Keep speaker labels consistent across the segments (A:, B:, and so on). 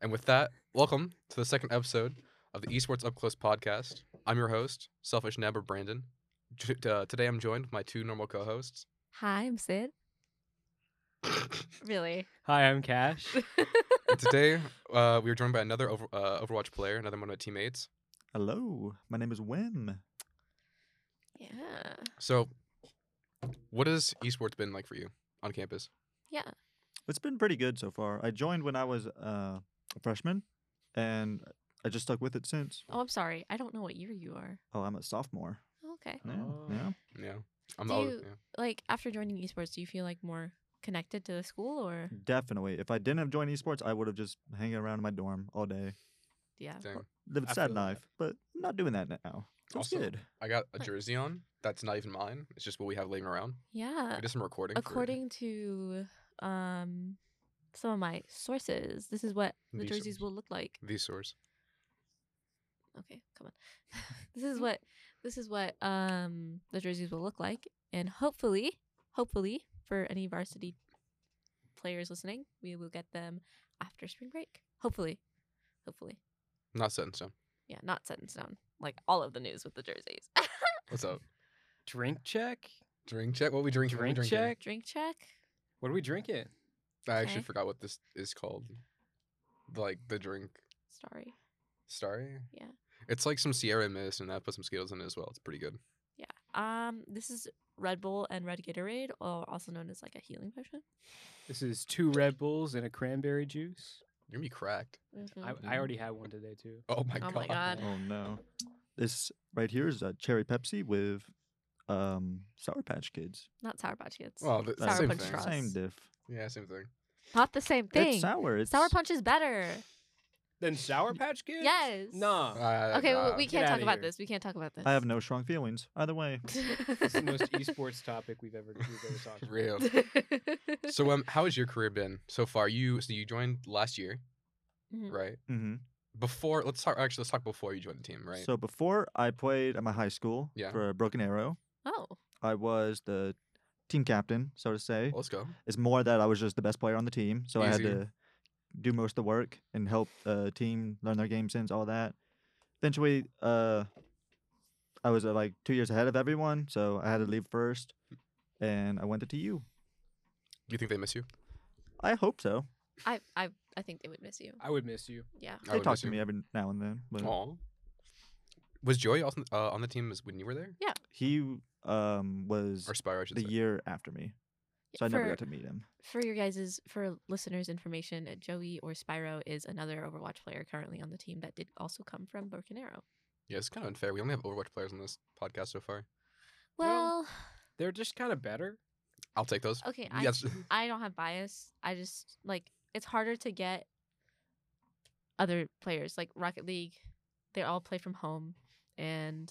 A: And with that, welcome to the second episode of the Esports Up Close podcast. I'm your host, Selfish Nabber Brandon. J- uh, today I'm joined by my two normal co hosts.
B: Hi, I'm Sid. Really?
C: Hi, I'm Cash.
A: today uh, we are joined by another over, uh, Overwatch player, another one of my teammates.
D: Hello, my name is Wim.
B: yeah.
A: So, what has esports been like for you on campus?
D: It's been pretty good so far. I joined when I was uh, a freshman, and I just stuck with it since.
B: Oh, I'm sorry. I don't know what year you are.
D: Oh, I'm a sophomore.
B: Okay.
D: Yeah,
C: Oh.
D: yeah.
A: Yeah. I'm
B: Do
A: all-
B: you-
A: yeah.
B: Like after joining esports, do you feel like more connected to the school or?
D: Mm. Definitely. If I didn't have joined esports, I would have just hanging around in my dorm all day.
B: Yeah.
A: Dang.
D: Lived
A: I
D: a sad
A: feel that.
D: life, but I'm not doing that now. It's
A: Also-
D: good.
A: I got a
B: Nice.
A: jersey on that's not even mine. It's just what we have laying around.
B: Yeah.
A: We did some recording. for-
B: Uh, According to um some of my sources, this is what the
A: These
B: jerseys
A: sources.
B: will look like.
A: the source.
B: Okay, come on. this is what this is what um the jerseys will look like, and hopefully, hopefully for any varsity players listening, we will get them after spring break. Hopefully, hopefully,
A: Not set in stone.
B: yeah, not set in stone. Like all of the news with the jerseys.
A: What's up?
C: Drink check?
A: Drink check. What we drinking? What we
C: Drink
A: drinking?
C: check?
B: Drink check.
C: What are we drinking?
A: I actually
B: Okay.
A: forgot what this is called. Like the drink
B: Sorry.
A: starry.
B: Yeah.
A: It's like some Sierra Mist, and I put some Skittles in it as well. It's pretty good.
B: Um, this is Red Bull and Red Gatorade, or also known as like a healing potion.
C: This is two Red Bulls and a cranberry juice.
A: You're gonna be cracked.
B: Mm-hmm.
C: I, I already had one today too.
A: Oh my
B: Oh
A: god.
B: my God.
D: Oh no. This right here is a cherry Pepsi with um Sour Patch Kids.
B: Not Sour Patch Kids.
A: Well, the,
B: Sour
A: same
B: Punch
A: thing.
B: straw.
D: Same
B: straws.
D: diff.
A: Yeah, same thing.
B: Not the same thing.
D: It's sour. It's
B: Sour Punch is better.
C: Then Sour Patch Kids?
B: Yes.
C: Nah.
A: Uh,
B: Okay, well,
A: nah.
B: we can't
C: Get
B: talk
C: outta
B: about
C: here.
B: this. We can't talk about this.
D: I have no strong feelings either way.
C: It's the most esports topic we've ever, we've ever talked about.
A: real. So um, how has your career been so far? You so you joined last year,
B: Mhm.
A: right?
D: Mm-hmm.
A: Before let's talk. Actually, let's talk before you joined the team, right?
D: So before I played at my high school
A: Yeah.
D: for Broken Arrow,
B: Oh,
D: I was the team captain, so to say.
A: let's go.
D: It's more that I was just the best player on the team, so I had
A: Easy.
D: to do most of the work and help uh, team learn their game sense, all that. Eventually, uh, I was uh, like two years ahead of everyone, so I had to leave first, and I went to TU.
A: Do you think they miss you?
D: I hope so.
B: I, I, I think they would miss you.
C: I would miss you.
B: Yeah.
A: I
D: They
A: would
D: talk
A: miss
D: to
A: you.
D: me every now and then, but
A: Aw. Was Joey also uh, on the team as when you were there?
D: he um, was
A: Or Spyro, I should
D: the
A: say.
D: year after me, so I
B: for,
D: never got to meet him.
B: for your guys's for listeners' information, uh, Joey or Spyro is another Overwatch player currently on the team that did also come from Broken Arrow.
A: Yeah, it's kind of unfair. We only have Overwatch players on this podcast so far.
B: Well,
C: Well- They're just kind of better.
A: I'll take those.
B: okay, I,
A: Yes.
B: I don't have bias. I just like it's harder to get other players like Rocket League. They all play from home, and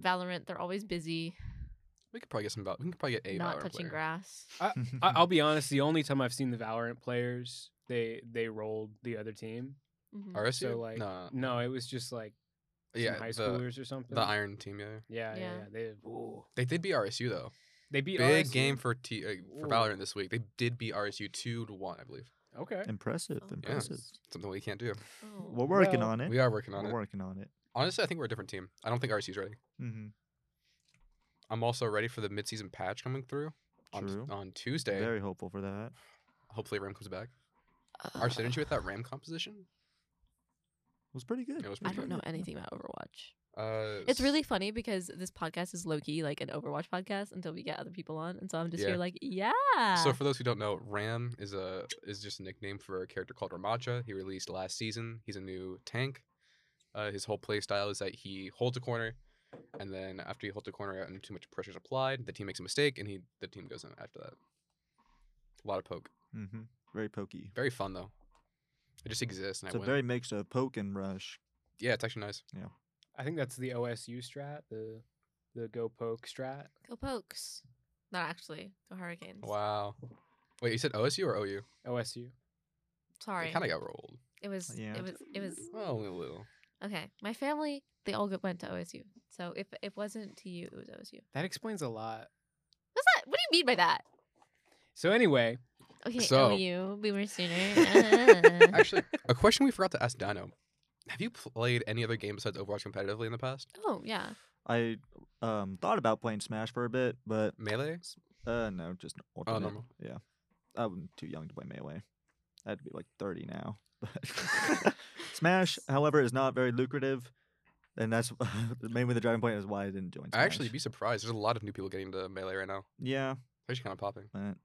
B: Valorant. They're always busy,
A: We could probably get some. Val- we could probably get a
B: not
A: Valorant
B: touching
A: player.
B: grass.
C: I,
A: Mm-hmm.
C: I'll be honest. The only time I've seen the Valorant players, they they rolled the other team.
B: Mhm.
A: RSU?
C: So like,
A: Nah.
C: no, it was just like some
A: yeah,
C: high
A: the,
C: schoolers or something.
A: the Iron Team. Yeah,
C: yeah, yeah,
B: Yeah.
C: yeah. They ooh.
A: they did beat RSU though.
C: they beat
A: Big
C: RSU.
A: game for T uh, for
C: Ooh.
A: Valorant this week. They did beat RSU two to one, I believe.
C: Okay.
D: impressive,
B: Oh. Yeah.
D: impressive.
A: Something we can't do.
B: Oh.
D: We're working
C: Well,
D: on it.
A: We are working on
D: We're
A: it.
D: working on it.
A: Honestly, I think we're a different team. I don't think RSU's ready.
D: hmm
A: I'm also ready for the midseason patch coming through on
D: True.
A: on Tuesday.
D: Very hopeful for that.
A: Hopefully, Ram comes back.
B: Uh,
A: Our synergy with that Ram composition.
D: was pretty good.
A: It was
B: I
A: pretty
B: don't
A: good.
B: know anything about Overwatch.
A: Uh,
B: It's
A: s-
B: really funny because this podcast is low key like an Overwatch podcast until we get other people on, and so I'm just
A: Yeah.
B: here like, yeah. Uh.
A: So for those who don't know, Ram is a is just a nickname for a character called Ramacha. He released last season. He's a new tank. Uh, his whole play style is that he holds a corner, and then after he holds a corner out and too much pressure is applied, the team makes a mistake, and he the team goes in after that. A lot of poke.
D: Mm-hmm. Very pokey.
A: Very fun though. It just exists, and
D: It's
A: I
D: a
A: win.
D: very mix of poke and rush.
A: Yeah, it's actually nice.
C: I think that's the OSU strat, the the go poke strat.
B: go pokes, not actually go hurricanes.
A: Wow. Wait, you said OSU or OU?
C: OSU.
B: Sorry,
A: They kind of got rolled.
B: it was
D: Yeah.
B: it was it was
A: Well, only a little.
B: okay. My family they all go- went to OSU, so if it wasn't to you, it was OSU.
C: That explains a lot.
B: What's that? What do you mean by that?
C: So anyway,
B: Okay,
A: So-
B: oh, you boomer sooner. Ah.
A: Actually, a question we forgot to ask Dino: Have you played any other game besides Overwatch competitively in the past?
B: oh yeah,
D: I um thought about playing Smash for a bit, but
A: Melee?
D: uh no, just alternate.
A: Mm. Oh, normal.
D: Yeah, I'm too young to play melee. I'd be like 30 now. But Smash, however, is not very lucrative, and that's mainly the driving point is why I didn't join.
A: I actually
D: Smash.
A: be surprised. There's a lot of new people getting into Melee right now.
D: yeah,
A: It's actually kind of popping.
D: but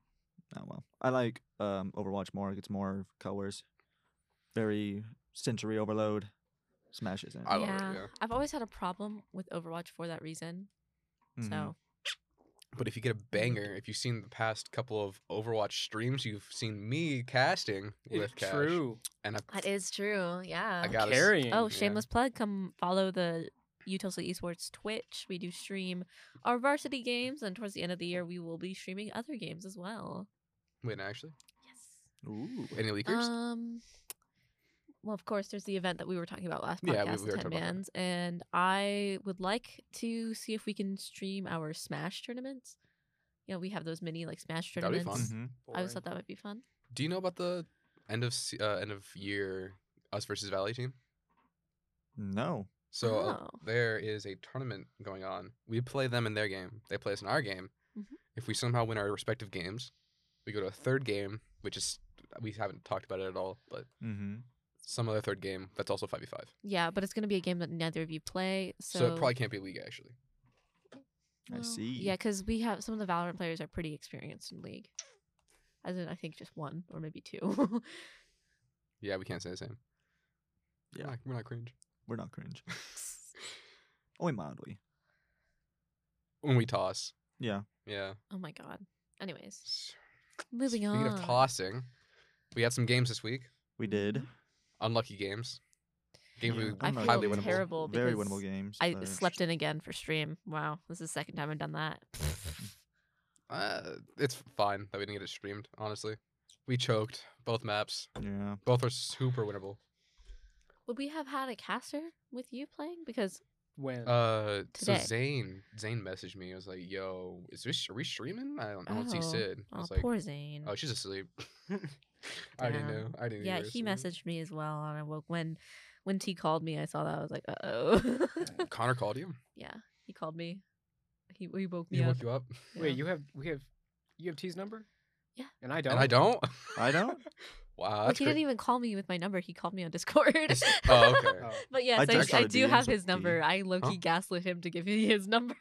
D: oh well. I like um Overwatch more. It's more colors, very sensory overload. Smash isn't.
A: I love
B: Yeah.
A: it. Yeah.
B: I've always had a problem with Overwatch for that reason.
D: Mhm.
B: So
A: Mm-hmm. But if you get a banger, if you've seen the past couple of Overwatch streams, you've seen me casting with
C: It's
A: Cash.
C: true.
A: And I,
B: that is true. Yeah.
A: I got
C: Carrying.
B: Oh,
A: yeah.
B: shameless plug. Come follow the Utilsa Esports Twitch. We do stream our varsity games, and towards the end of the year, we will be streaming other games as well.
A: Wait, actually,
B: Yes.
D: Ooh.
A: any leakers?
B: Um. Well, of course, there's the event that we were talking about last
A: Yeah,
B: podcast,
A: we- we were
B: the Ten
A: talking about that.
B: Bands, and I would like to see if we can stream our Smash tournaments. You know, we have those mini like Smash
A: That'd be Mhm.
B: tournaments.
D: hmm
B: I always thought that might be fun.
A: Do you know about the end of se- uh, end of year us versus Valley team?
D: No.
A: So uh,
B: Oh.
A: there is a tournament going on. We play them in their game. They play us in our game.
B: Mhm.
A: If we somehow win our respective games, we go to a third game, which is we haven't talked about it at all, but
D: Mm-hmm.
A: some other third game that's also five v five.
B: Yeah, but it's going to be a game that neither of you play. So,
A: So, it probably can't be league actually.
D: I see.
B: Oh, Yeah, because we have some of the Valorant players are pretty experienced in League. As in, I think just one or maybe two.
A: Yeah, we can't say the same.
D: Yeah.
A: we're not, we're not cringe
D: We're not cringe. Only mildly.
A: when we toss.
D: Yeah.
A: Yeah.
B: oh my god. Anyways,
A: S-
B: moving
A: Speaking of
B: on.
A: tossing, we had some games this week.
D: We did.
A: Unlucky games. Games
D: Yeah,
A: we
B: I
D: unlucky.
B: feel
A: highly winnable.
B: terrible.
D: Very
B: because
D: winnable games.
B: I
A: uh,
D: but-
B: slept in again for stream. Wow, this is the second time I've done that.
A: Uh, it's fine that we didn't get it streamed. Honestly, we choked both maps.
D: Yeah.
A: Both are super winnable.
B: Would we have had a caster with you playing? Because
C: When?
A: Uh,
B: Today.
A: so Zane, Zane messaged me. I was like, "Yo, is this are we streaming? I don't, I don't see
B: Oh.
A: Sid." I
B: oh,
A: was like,
B: poor Zane.
A: "Oh, she's asleep." I already
B: Damn.
A: knew. I already knew.
B: yeah,
A: you were
B: he
A: asleep.
B: messaged me as well, and I woke when when T called me. I saw that. I was like, uh oh.
A: Connor called you.
B: yeah, he called me. He, he woke me
A: He
B: up.
A: woke you up,
B: Yeah.
C: Wait, you have we have you have T's number?
B: Yeah.
C: And I don't.
A: and I don't.
D: I don't?
A: wow,
B: Like,
A: Oh, that's
B: he
A: cra-
B: didn't even call me with my number. He called me on Discord.
A: It's- oh, okay.
C: Oh.
B: but yes,
D: I
B: I,
D: just
B: I,
D: started
B: do
D: DMs
B: have
D: with
B: his
D: D.
B: number. I low key
A: Huh?
B: gaslit him to give me his number.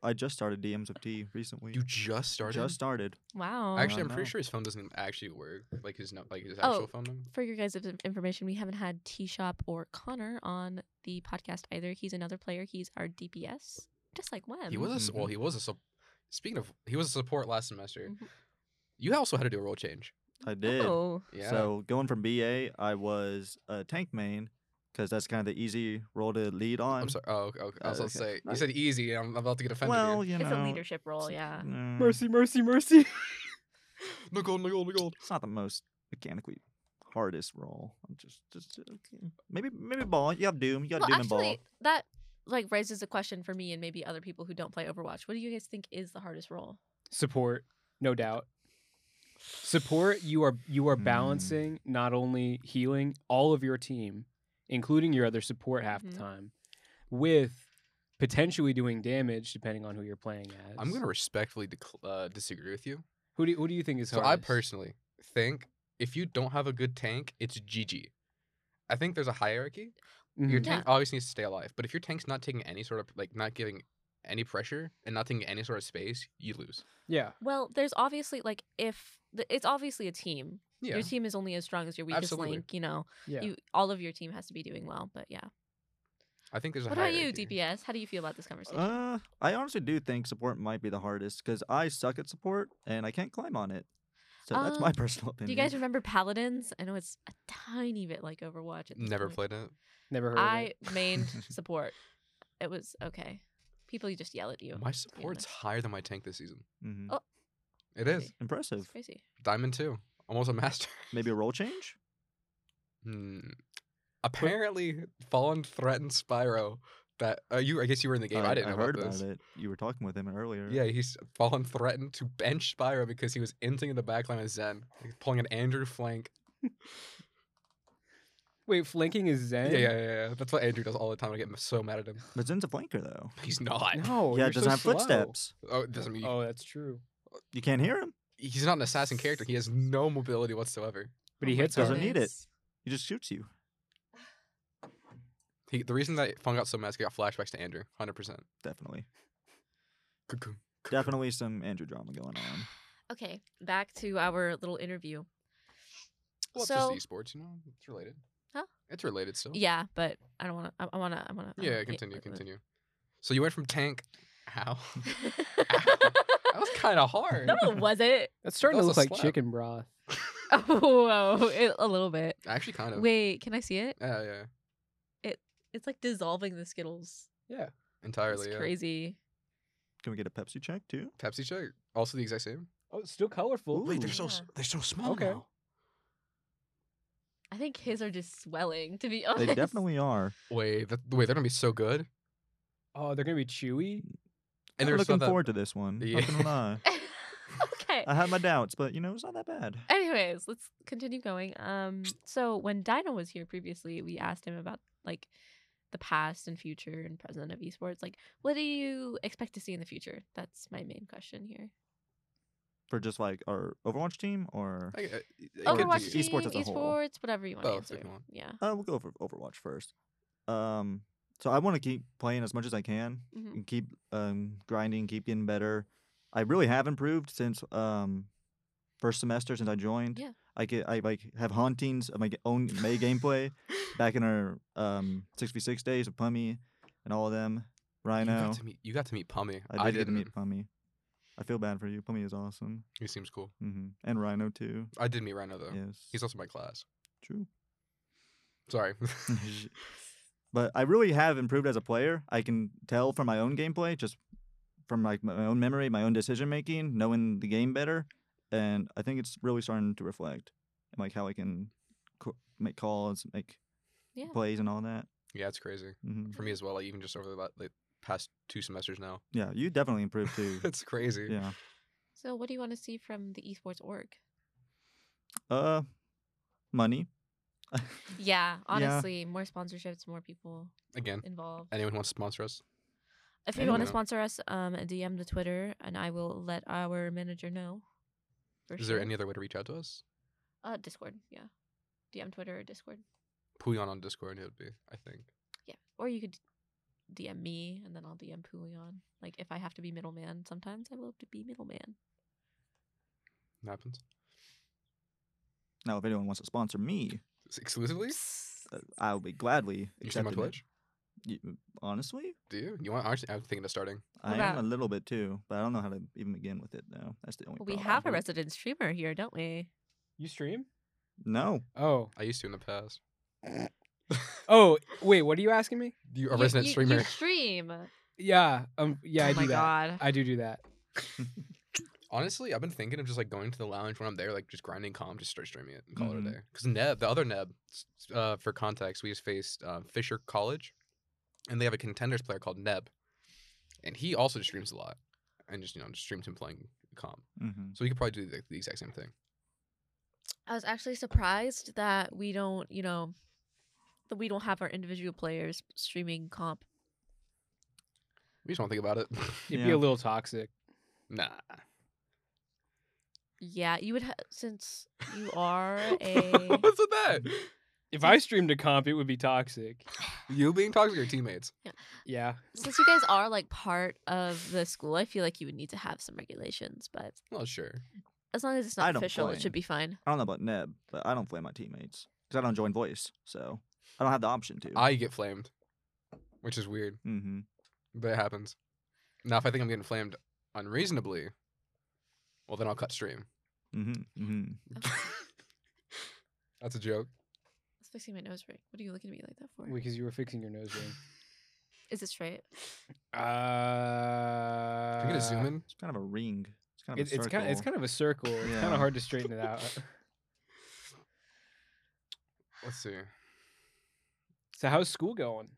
D: I just started DMs of T recently.
A: You just started.
D: just started.
B: wow.
A: Actually, I'm
D: no.
A: pretty sure his phone doesn't actually work. Like his no, like his
B: Oh.
A: actual phone number.
B: for your guys' in- information, we haven't had T Shop or Connor on the podcast either. He's another player. He's our DPS, just like Wem.
A: He was a s- well.
B: Mm-hmm.
D: Mhm.
A: He was a. Su- Speaking of, he was a support last semester.
B: Mhm.
A: You also had to do a role change.
D: I did.
B: Oh,
A: Yeah.
D: So going from BA, I was a tank main because that's kind of the easy role to lead on.
A: I'm sorry. Oh, okay. okay. I
D: Oh,
A: was about to
D: okay.
A: say you said easy. and I'm about to get offended. here.
D: Well, you know,
B: it's a leadership role.
D: it's-
B: Yeah.
D: mm,
C: Mercy, mercy, mercy.
A: No gold, no gold, no gold.
D: It's not the most mechanically hardest role. I'm just, just okay. maybe, maybe ball. You have Doom. You got
B: Well,
D: Doom
B: actually,
D: and ball.
B: that like raises a question for me and maybe other people who don't play Overwatch. What do you guys think is the hardest role?
C: Support, no doubt. Support. You are you are
D: Mm.
C: balancing not only healing all of your team, including your other support half
B: Mhm.
C: the time, with potentially doing damage depending on who you're playing as.
A: I'm gonna respectfully decl- uh, disagree with you.
C: Who do you, who do you think is
A: So I
C: hardest?
A: personally think if you don't have a good tank, it's GG. I think there's a hierarchy. Your
C: Mhm.
B: Yeah.
A: tank obviously needs to stay alive, but if your tank's not taking any sort of like not giving any pressure and not taking any sort of space, you lose.
C: Yeah.
B: Well, there's obviously like if the, it's obviously a team.
A: Yeah.
B: Your team is only as strong as your weakest
A: Absolutely.
B: link. You know,
C: Yeah.
B: you all of your team has to be doing well. But yeah,
A: I think there's a
B: what about
A: hierarchy.
B: you, DPS? How do you feel about this conversation?
D: Uh, I honestly do think support might be the hardest because I suck at support and I can't climb on it. So that's my
B: Um,
D: personal opinion.
B: do you guys remember Paladins? I know it's a tiny bit like Overwatch. At this
A: Never
B: point.
A: played it.
C: Never heard. of
B: I
C: it.
B: mained support. It was okay. People just yell at you.
A: My
B: to be
A: support's
B: honest.
A: higher than my tank this season.
D: Mhm.
B: Oh.
A: It is.
B: Really?
D: Impressive.
B: It's crazy.
A: Diamond 2. Almost a master.
D: Maybe a role change.
A: Hmm. Apparently, Fallen threatened Spyro That uh, you, I guess you were in the game. I,
D: Uh,
A: didn't know
D: heard
A: about this.
D: it. You were talking with him earlier.
A: Yeah, he's fallen threatened to bench Spyro because he was inting in the backline of Zen, like, pulling an Andrew flank.
C: Wait, flanking is Zen?
A: Yeah, yeah, yeah, yeah. That's what Andrew does all the time. I get m- so mad at him.
D: But Zen's a flanker though.
A: He's not.
C: No,
D: yeah,
C: you're
D: it doesn't
C: so
D: have
C: slow.
D: footsteps.
A: Oh, it doesn't mean
C: Oh, that's true.
D: You can't hear him.
A: he's not an assassin character. He has no mobility whatsoever.
C: But he
B: my
C: hits 'em.
D: Doesn't need it.
B: goodness.
D: He just shoots you.
A: He, the reason that Fung got so mad is he got flashbacks to Andrew, hundred percent.
D: Definitely. Definitely some Andrew drama going on.
B: Okay, back to our little interview.
A: Well, it's
B: So-
A: just esports, you know. It's related.
B: Huh?
A: It's related still.
B: Yeah, Oh, but I don't want to. I want to. I want to.
A: Oh. Yeah. Continue. Continue. So you went from tank. How? that
B: that
A: was kind of hard.
B: No, it wasn't.
C: That's starting
A: That
C: to
A: was
C: look
A: a
C: like
A: slap.
C: chicken broth.
B: Oh, whoa, it- a little bit.
A: Actually, kind of.
B: Wait, can I see it?
A: Yeah, yeah.
B: It's like dissolving the Skittles. It's
A: Entirely. yeah.
B: crazy.
D: Can we get a Pepsi check too?
A: Pepsi check. Also the exact same.
C: Oh, it's still colorful.
D: Ooh, they're
B: so s-
A: they're so small
C: Okay. now.
B: I think his are just swelling. To be honest,
D: They definitely are.
A: Wait, that, wait, they're gonna be so good.
C: Oh, they're gonna be chewy.
A: And
D: I'm
A: there's some
D: looking
A: that-
D: forward to this one.
A: Yeah.
D: Not gonna lie.
B: okay.
D: I had my doubts, but you know it's not that bad.
B: Anyways, let's continue going. Um, so when Dino was here previously, we asked him about like the past and future and present of esports. Like, what do you expect to see in the future? That's my main question here.
D: For just like our Overwatch team, or
A: I- I- Uh, it could
B: Overwatch
A: be- Oh,
B: team,
D: Esports
B: esports,
D: as a whole.
B: whatever you want
A: Both,
B: to
A: if
B: answer.
A: you want.
B: Yeah.
D: uh, we'll go for Overwatch first. Um, so I want to keep playing as much as I can
B: Mhm.
D: and keep um, grinding, keep getting better. I really have improved since um, first semester since I joined.
B: Yeah.
D: I get I like have hauntings of my g- own May gameplay back in our um six v six days with Pummy and all of them.
A: You
D: Rhino,
A: got to meet. You got to meet Pummy.
D: I did,
A: I
D: get to
A: didn't.
D: meet Pummy. I feel bad for you. Pummy is awesome,
A: He seems cool.
D: hmm and Rhino too.
A: I did meet Rhino though.
D: Yes,
A: He's also my class.
D: true.
A: Sorry.
D: but I really have improved as a player. I can tell from my own gameplay, just from like my own memory, my own decision making, knowing the game better, and I think it's really starting to reflect, in, like how I can co- make calls, make
B: Yeah.
D: plays, and all that.
A: yeah, it's crazy
D: hmm
A: for me as well. Like even just over the la- like, past two semesters now,
D: Yeah, you definitely improved too.
A: it's crazy.
D: yeah.
B: So, what do you want to see from the esports org?
D: Uh, money.
B: Yeah, honestly, more sponsorships, more people
A: Again,
B: involved.
A: anyone who wants to sponsor us?
B: If you want to
A: Anyone.
B: sponsor us, um, DM the Twitter, and I will let our manager know. for
A: Is there
B: sure.
A: any other way to reach out to us?
B: Uh, Discord, yeah. DM Twitter or Discord.
A: Puyon on Discord, it would be. I think.
B: Yeah. Or you could DM me and then I'll DM Pulion. Like, if I have to be middleman, sometimes I will have to be middleman.
A: It happens
D: Now, if anyone wants to sponsor me,
A: S- exclusively.
D: uh, I'll be gladly.
A: You see my
D: accepting it.
A: Twitch?
D: You- honestly,
A: Do you? You want? Actually, I'm thinking of starting.
D: I am
B: about-
D: a little bit too, but I don't know how to even begin with it now. That's the only.
B: Well, we
D: problem.
B: have a resident streamer here, don't we?
C: You stream?
D: No,
C: Oh.
A: I used to in the past.
C: Oh, wait. What are you asking me?
A: You a resident
B: you,
A: streamer?
B: You stream.
C: Yeah. Um. Yeah.
B: oh
C: I do
B: my
C: that.
B: god.
C: I do do that.
A: Honestly, I've been thinking of just like going to the lounge when I'm there, like just grinding calm, just start streaming it and call it
D: Mhm.
A: a day. Because Neb, the other Neb, s- s- uh, for context, we just faced uh, Fisher College, and they have a contenders player called Neb, and he also just streams a lot, and just you know just streams him playing calm.
D: Mm-hmm.
A: So we could probably do the, the exact same thing.
B: I was actually surprised that we don't, you know, that we don't have our individual players streaming comp.
A: We just won't think about it.
C: It'd be
D: Yeah.
C: a little toxic.
A: nah.
B: Yeah, you would ha- since you are a
A: What's with that?
C: If I streamed a comp, it would be toxic.
A: You being toxic to your teammates.
C: Yeah.
B: since you guys are like part of the school, I feel like you would need to have some regulations, but
A: Well, sure.
B: as long as it's
D: I
B: not
D: don't
B: official, it
D: blame.
B: should be fine.
D: I don't know about Neb, but I don't play my teammates because I don't join voice, so I don't have the option to.
A: I get flamed, which is weird,
D: mm-hmm.
A: but it happens. Now, if I think I'm getting flamed unreasonably, well, then I'll cut stream.
D: Mm-hmm. Mm-hmm.
A: That's a joke.
B: It's fixing my nose ring. What are you looking at me like that for?
C: Because you were fixing your nose ring.
B: Is it straight?
C: Uh.
A: Can we get a zoom in?
D: It's kind of a ring. It's kind of
C: It,
D: a
C: it's
D: circle.
C: kind. Of, it's kind of a circle. It's kind
D: Yeah.
C: of hard to straighten it out.
A: Let's see.
C: So how's school going?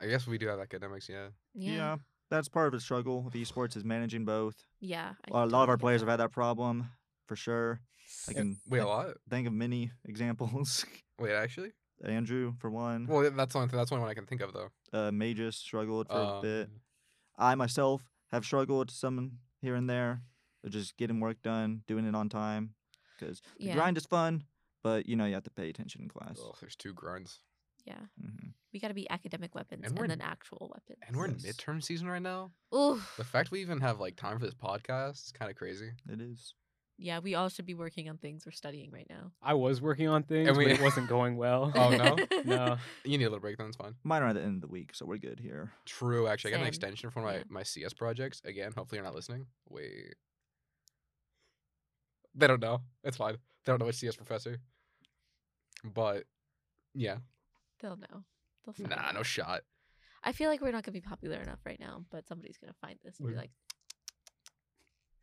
A: I guess we do have academics, yeah.
B: Yeah. Yeah.
D: yeah, that's part of the struggle with esports is managing both.
B: I
D: a lot
B: totally
D: of our
B: get
D: players
B: that.
D: have had that problem for sure. I
A: Yeah,
D: can
A: Wait, a
D: thi-
A: lot?
D: think of many examples.
A: Wait, actually?
D: Andrew, for one,
A: Well, that's one. That's one I can think of though.
D: uh, Magus struggled for a
A: Um,
D: bit. I myself have struggled some here and there, with just getting work done, doing it on time, because
B: Yeah.
D: grind is fun, but you know you have to pay attention in class.
A: ugh, there's two grinds,
B: Yeah.
D: Mhm.
B: We got to be academic weapons
A: And
B: and,
A: we're in-
B: then actual weapons.
A: and we're in
D: Yes.
A: midterm season right now.
B: Oof.
A: The fact we even have like time for this podcast is kind of crazy.
D: It is.
B: Yeah, we all should be working on things we're studying right now.
C: I was working on things,
A: we-
C: but it wasn't going well.
A: Oh, no?
C: no.
A: You need a little break, then it's fine.
D: Mine are at the end of the week, so we're good here.
A: True. Actually, I got an
B: Same.
A: extension for my
B: Yeah.
A: my CS projects. Again, hopefully you're not listening. Wait. They don't know. It's fine. They don't know which CS professor. But yeah,
B: They'll know. They'll find
A: nah,
B: out.
A: no shot.
B: I feel like we're not gonna be popular enough right now, but somebody's gonna find this and be
A: Wait.
B: like,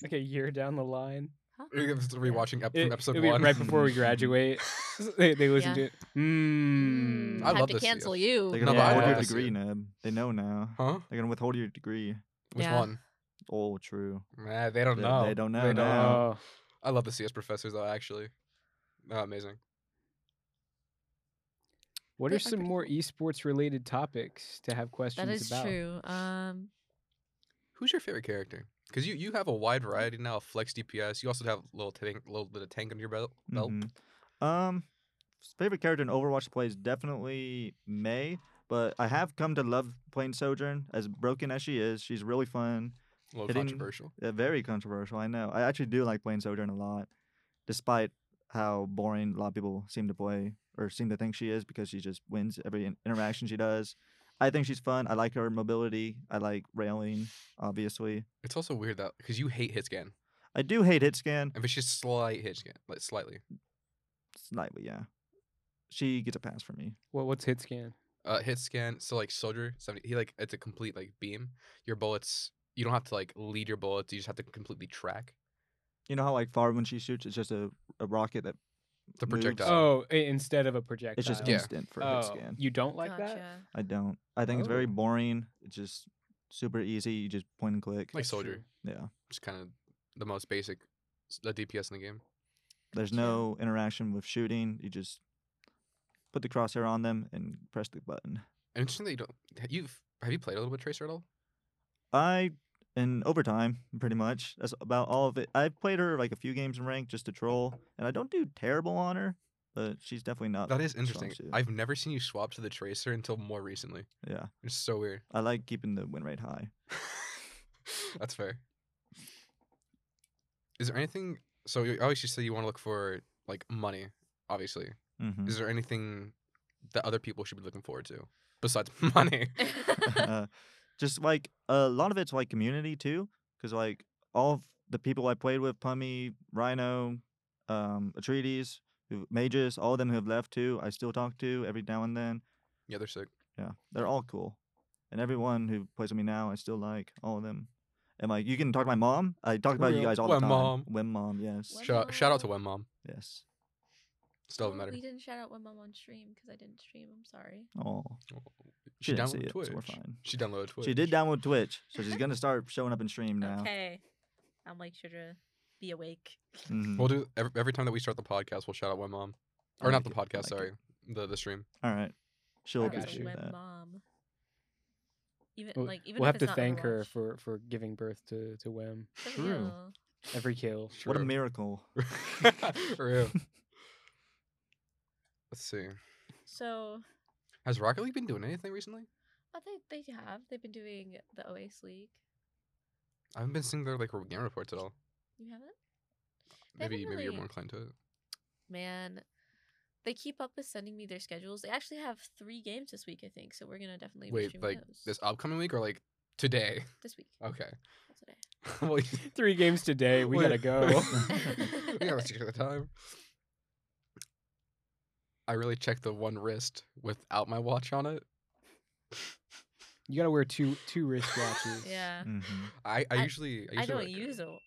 C: Like a year down the line.
B: huh?
A: We're just rewatching ep-
C: It,
A: episode
C: it'd be
A: one.
C: right before we graduate. they, they listen
B: Yeah.
C: to it. Mm.
A: I
B: Time
A: love
B: Hmm. to
A: this
B: cancel
A: CS.
B: you.
D: They're
A: No,
D: gonna
A: but I
D: withhold
A: wanna
D: your
A: see
D: degree,
A: it.
D: Neb. They know now.
A: huh?
D: They're gonna withhold your degree.
A: Which
B: Yeah.
A: one?
D: Oh, true.
A: Nah, they don't
D: They-
A: know.
D: they don't know
A: They don't
D: now.
A: know.
C: Oh,
A: I love the CS professors though. Actually, oh, amazing.
C: what
B: They
C: are
B: are
C: some
B: pretty
C: more
B: cool.
C: esports related topics to have questions
B: That is
C: about?
B: true. Um,
A: Who's your favorite character? Because you you have a wide variety now of flex DPS. You also have a little tank, little bit of tank under your belt. belt.
D: Mhm. Um, s- favorite character in Overwatch play is definitely May, but I have come to love playing Sojourn. As broken as she is, she's really fun.
A: A little
D: Hitting-
A: controversial.
D: Uh, very controversial, I know. I actually do like playing Sojourn a lot, despite how boring a lot of people seem to play or seem to think she is because she just wins every in- interaction she does. I think she's fun. I like her mobility. I like railing, obviously.
A: It's also weird that because you hate hit scan,
D: I do hate hit scan
A: and it's just slight hit scan, like slightly.
D: slightly, yeah. She gets a pass for me.
C: What, what's hit scan?
A: Uh, hit scan. So like soldier seventy, he like it's a complete like beam. Your bullets, you don't have to like lead your bullets. You just have to completely track
D: You know how like far when she shoots, it's just a, a rocket that
A: the
D: Moves.
A: projectile.
C: Oh, i- instead of a projectile.
D: it's just
A: Yeah.
D: instant for
C: Oh,
D: hit scan.
C: You don't like that?
B: gotcha.
D: I don't. I think it's very
C: Oh.
D: boring. It's just super easy. You just point and click.
A: like
C: That's
A: soldier,
C: true.
D: yeah.
A: which is kind of the most basic s- uh, DPS in the game.
D: There's
B: Gotcha.
D: no interaction with shooting. You just put the crosshair on them and press the button.
A: And interesting that you don't. You've have you played a little bit Tracer at all?
D: I in overtime pretty much. That's about all of it. I played her like a few games in rank just to troll, and I don't do terrible on her, but she's definitely not.
A: That is
D: strong
A: interesting.
D: suit.
A: I've never seen you swap to the Tracer until more recently.
D: yeah,
A: It's so weird.
D: I like keeping the win rate high.
A: That's fair. Is there anything? So you obviously say you want to look for like money. Obviously,
D: hmm
A: is there anything that other people should be looking forward to besides money?
D: uh, just like a lot of it's like community too, because like all of the people I played with, Pummy, Rhino, um, Atreides, who, Mages, all of them who have left too, I still talk to every now and then.
A: Yeah, they're sick.
D: Yeah, they're all cool, and everyone who plays with me now, I still like all of them. And like you can talk to my mom. I talk about you
A: Real.
D: guys all
A: Wem
D: the time.
A: Mom.
D: Wem mom, yes,
B: Wem-
A: Shout, shout out to
B: Wow.
A: Wem Mom.
D: yes.
A: Still
B: Oh,
A: haven't met her.
B: We didn't shout out when mom on stream because I didn't stream. I'm sorry.
D: Oh,
A: She
D: didn't see
A: downloaded
D: it, so
A: Twitch.
D: we're fine.
A: She downloaded Twitch.
D: she did download Twitch, so she's gonna start showing up in stream now.
B: Okay, I'll make sure to be awake.
D: Mhm.
A: We'll do every, every time that we start the podcast. We'll shout out Wem Mom,
D: I
A: or not
D: like
A: the
D: it, I
A: podcast.
D: like it.
A: sorry, the the stream.
D: All right, she'll
C: I
B: Shout
C: got
B: out
C: you.
B: to
D: appreciate
B: Web
D: that.
B: mom. Even
C: We'll-
B: like even
C: we'll
B: if
C: have
B: it's
C: to
B: not
C: thank her
B: Overwatch.
C: for, for giving birth to, to Wem.
B: For
A: True.
B: real.
C: Every kill.
D: What a
A: Sure.
D: miracle!
A: For real. Let's see.
B: So
A: Has Rocket League been doing anything recently?
B: I think they have. They've been doing the OAS League.
A: I haven't been seeing their like re- game reports at all.
B: You haven't? They
A: Maybe
B: haven't
A: maybe you're
B: really-
A: more inclined to it.
B: Man, they keep up with sending me their schedules. They actually have three games this week, I think. So we're gonna definitely be
A: Wait,
B: streaming
A: like
B: those
A: this upcoming week or like today?
B: this week.
A: Okay.
B: That's today.
A: well, you-
C: Three games today. We
A: well,
C: gotta go.
A: we gotta stick to the time. I really checked the one wrist without my watch on it.
C: you gotta wear two two wristwatches.
B: Yeah.
D: Mhm.
A: I, I,
B: I-
A: usually I,
B: I
A: usually
B: don't
A: like,
B: use a,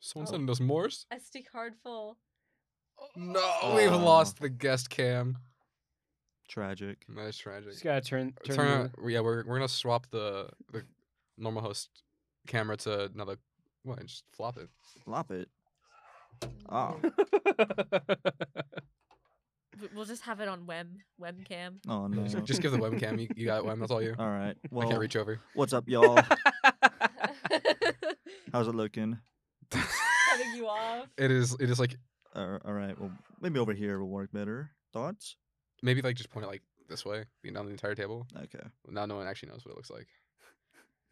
A: Someone
B: oh.
A: sending us Morse.
B: a stick hard full.
A: No, we've
D: Oh.
A: lost the guest cam.
D: Tragic.
A: That's tragic.
C: Just gotta turn turn.
A: Turn
C: the-
A: our- yeah, we're we're gonna swap the the normal host camera to another. What? Just flop it.
D: Flop it. Oh.
B: W- We'll just have it on Wem Webcam.
D: Oh no.
A: Just, just give the webcam. You, you got it, Wem. That's all you.
D: All right.
A: I can't
C: Oh.
D: Well,
A: reach over.
D: what's up, y'all?
B: Cutting
D: How's it looking?
B: you off.
A: It is. It is like
D: Uh, all right. Well, maybe over here will work better. Thoughts?
A: maybe like just point it like this way, you know, on the entire table.
D: Okay.
A: Now no one actually knows what it looks like.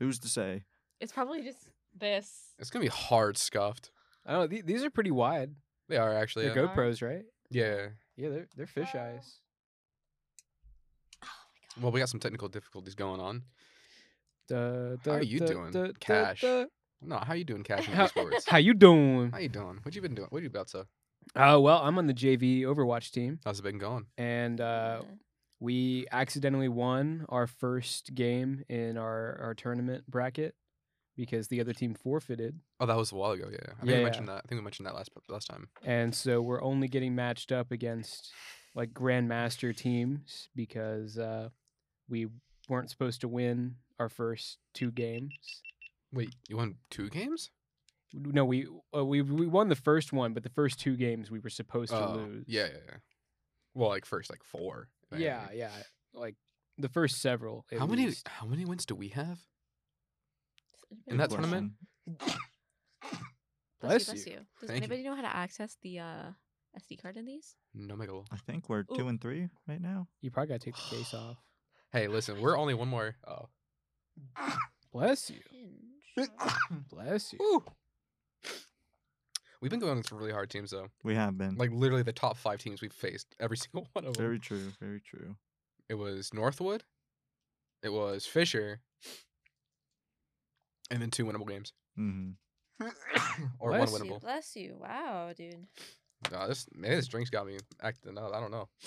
D: Who's to say?
B: It's probably just this.
A: It's gonna be hard scuffed.
C: I don't. know, the- these are pretty wide.
A: They are actually.
C: They're
A: Yeah.
B: good.
C: GoPros, right?
A: yeah.
C: Yeah, they're they're fish
B: Oh.
C: eyes.
A: Well, we got some technical difficulties going on.
C: Duh,
A: How are
C: duh,
A: you
C: duh,
A: doing,
C: duh, duh,
A: Cash?
C: duh.
A: No, how you doing, Cash?
B: How-
A: How, sports?
C: How you doing?
A: how you doing? What you been doing? What you about to?
C: Uh, well, I'm on the JV Overwatch team,
A: How's it been going?
C: and uh, we accidentally won our first game in our, our tournament bracket because the other team forfeited,
A: Oh, that was a while ago. Yeah, I think
C: Yeah,
A: we
C: yeah.
A: mentioned that. I think we mentioned that last last time.
C: and so we're only getting matched up against like grandmaster teams because uh, we weren't supposed to win our first two games.
A: Wait, you won two games?
C: No, we uh, we we won the first one, but the first two games we were supposed to
A: Oh,
C: lose.
A: Yeah, yeah, yeah. Well, like first, like four. if anything.
C: yeah, yeah. Like the first several. at
A: How many?
C: least.
A: How many wins do we have?
B: Does
A: And that tournament?
B: anybody-
C: Bless you.
B: Does
A: Thank you.
B: anybody know how to access the uh, SD card in these?
A: No, Michael.
D: I think we're two
B: Ooh.
D: and three right now.
C: You probably gotta take the case off.
A: Hey, listen, we're only one more. Oh,
C: Bless you.
B: Hinge.
C: Bless you.
A: Ooh. we've been going with some really hard teams though.
D: we have been.
A: Like oh. literally the top five teams we've faced, every single one of them.
D: very true. Very true.
A: It was Northwood. It was Fisher. And then two winnable games,
D: hmm
A: or one
C: Bless
B: Bless you.
A: winnable.
B: Bless you. Wow, dude.
A: Nah, this man, this drink's got me acting up. I don't know.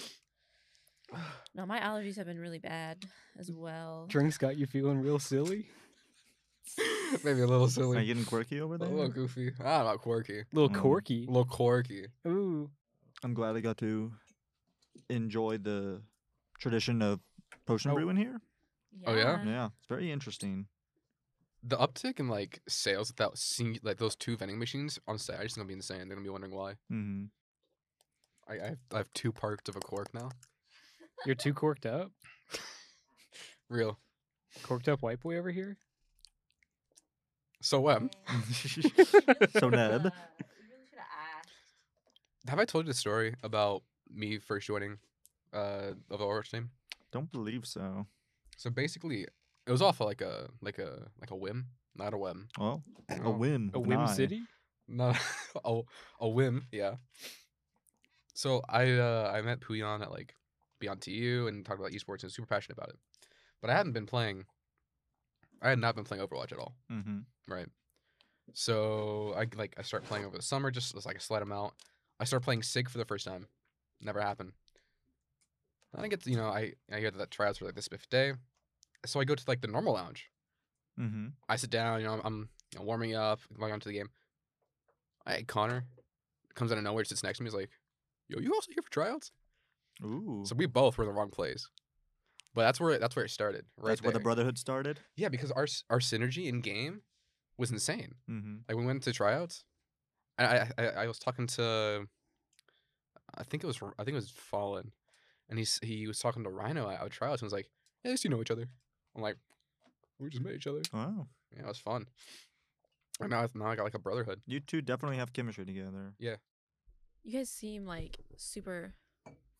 B: No, my allergies have been really bad as well.
C: Drinks got you feeling real silly.
A: Maybe a little
D: Are
A: silly.
D: you getting quirky over
A: A
D: there?
A: little goofy. I'm not quirky.
C: Little
D: Mm.
C: corky.
A: A little quirky.
C: Ooh.
D: I'm glad I got to enjoy the tradition of potion
A: Oh.
D: brewing here.
A: Oh, yeah?
D: Yeah, it's very interesting.
A: The uptick in like sales without seeing like those two vending machines on Saturday is gonna be insane. They're gonna be wondering why.
D: hmm
A: I I have, I have two parts of a cork now.
C: You're too corked up.
A: Real.
C: Corked up white boy over here.
A: So um,
D: So, Ned.
A: have I told you the story about me first joining, uh, of the Overwatch team?
D: Don't believe so. Mm-hmm.
A: So basically, it was off of like a like a like a whim, not a whim,
D: Well, a
A: Oh,
D: whim.
C: A
D: of an
C: whim
D: eye.
C: city.
A: not a a whim, yeah. So I uh, I met Puyon at like Beyond TU and talked about esports and was super passionate about it, but I hadn't been playing. I had not been playing Overwatch at all.
D: Mhm.
A: Right. So I like I start playing over the summer, just as like a slight amount. I start playing Sig for the first time. Never happened. I think it's you know I I hear that tryouts were like this fifth day, so I go to like the normal lounge.
D: Mhm.
A: I sit down, you know I'm, I'm you know, warming up, going on to the game. I Connor comes out of nowhere, sits next to me, he's like, "Yo, you also here for tryouts?"
D: Ooh.
A: So we both were in the wrong place. But that's where that's where it started. Right
D: That's where the
A: there.
D: brotherhood started.
A: yeah, because our s- our synergy in game was insane.
D: Mm-hmm.
A: Like we went to tryouts, and I I, I was talking to, I think it was R- I think it was Fallen, and he's he was talking to Rhino at, at tryouts and was like, "Yeah, at least you know each other." I'm like, "We just met each other.
D: Wow.
A: Yeah, it was fun." And now I- now I got like a brotherhood.
D: You two definitely have chemistry together.
B: You guys seem like super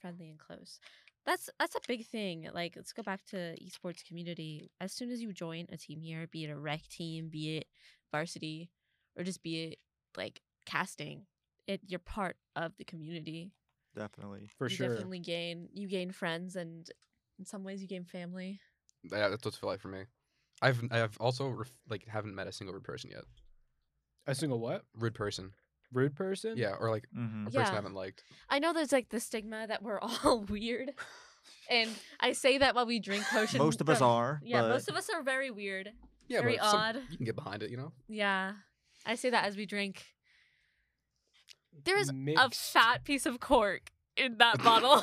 B: friendly and close. That's that's a big thing. Like, let's go back to esports community. As soon as you join a team here, be it a rec team, be it varsity, or just be it like casting, it you're part of the community.
D: Definitely.
C: For
B: you
C: sure.
B: definitely gain you gain friends and in some ways you gain family.
A: Yeah, that's what's feel like for me. I've I've also ref, like haven't met a single rude person yet.
C: A single what?
A: Rude person,
C: Rude person?
A: yeah, or like
D: Mm-hmm.
A: a person
B: Yeah.
A: I haven't liked.
B: I know there's like the stigma that we're all weird. And I say that while we drink potion.
D: Most of us
B: from-
D: are.
B: Yeah,
D: but
B: most of us are very weird.
A: Yeah,
B: Very
A: but some-
B: odd.
A: you can get behind it, you know.
B: Yeah. I say that as we drink. There is a
C: Mixed.
B: fat piece of cork in that bottle.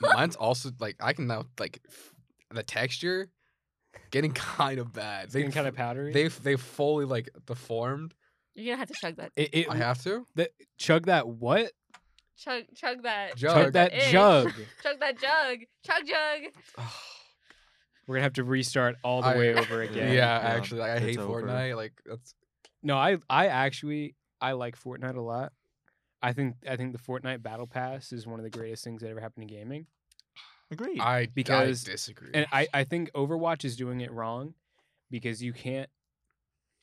A: Mine's also like I can now like f- the texture getting kind of bad.
C: It's getting kind of powdery.
A: they they fully like deformed.
B: You're gonna have to chug that.
C: It- it-
A: I have to
C: chug that what?
B: Chug, chug that.
A: Jug.
C: Chug that
B: Ish.
C: jug.
B: Chug that jug. Chug jug.
C: We're gonna have to restart all the
A: I-
C: way over
A: yeah,
C: again.
D: yeah,
A: actually like, I
D: it's
A: hate
D: over.
A: Fortnite. Like that's
C: No, I I actually I like Fortnite a lot. I think I think the Fortnite Battle Pass is one of the greatest things that ever happened to gaming.
D: Agreed.
A: I
C: Because-
A: I disagree.
C: And I, I think Overwatch is doing it wrong because you can't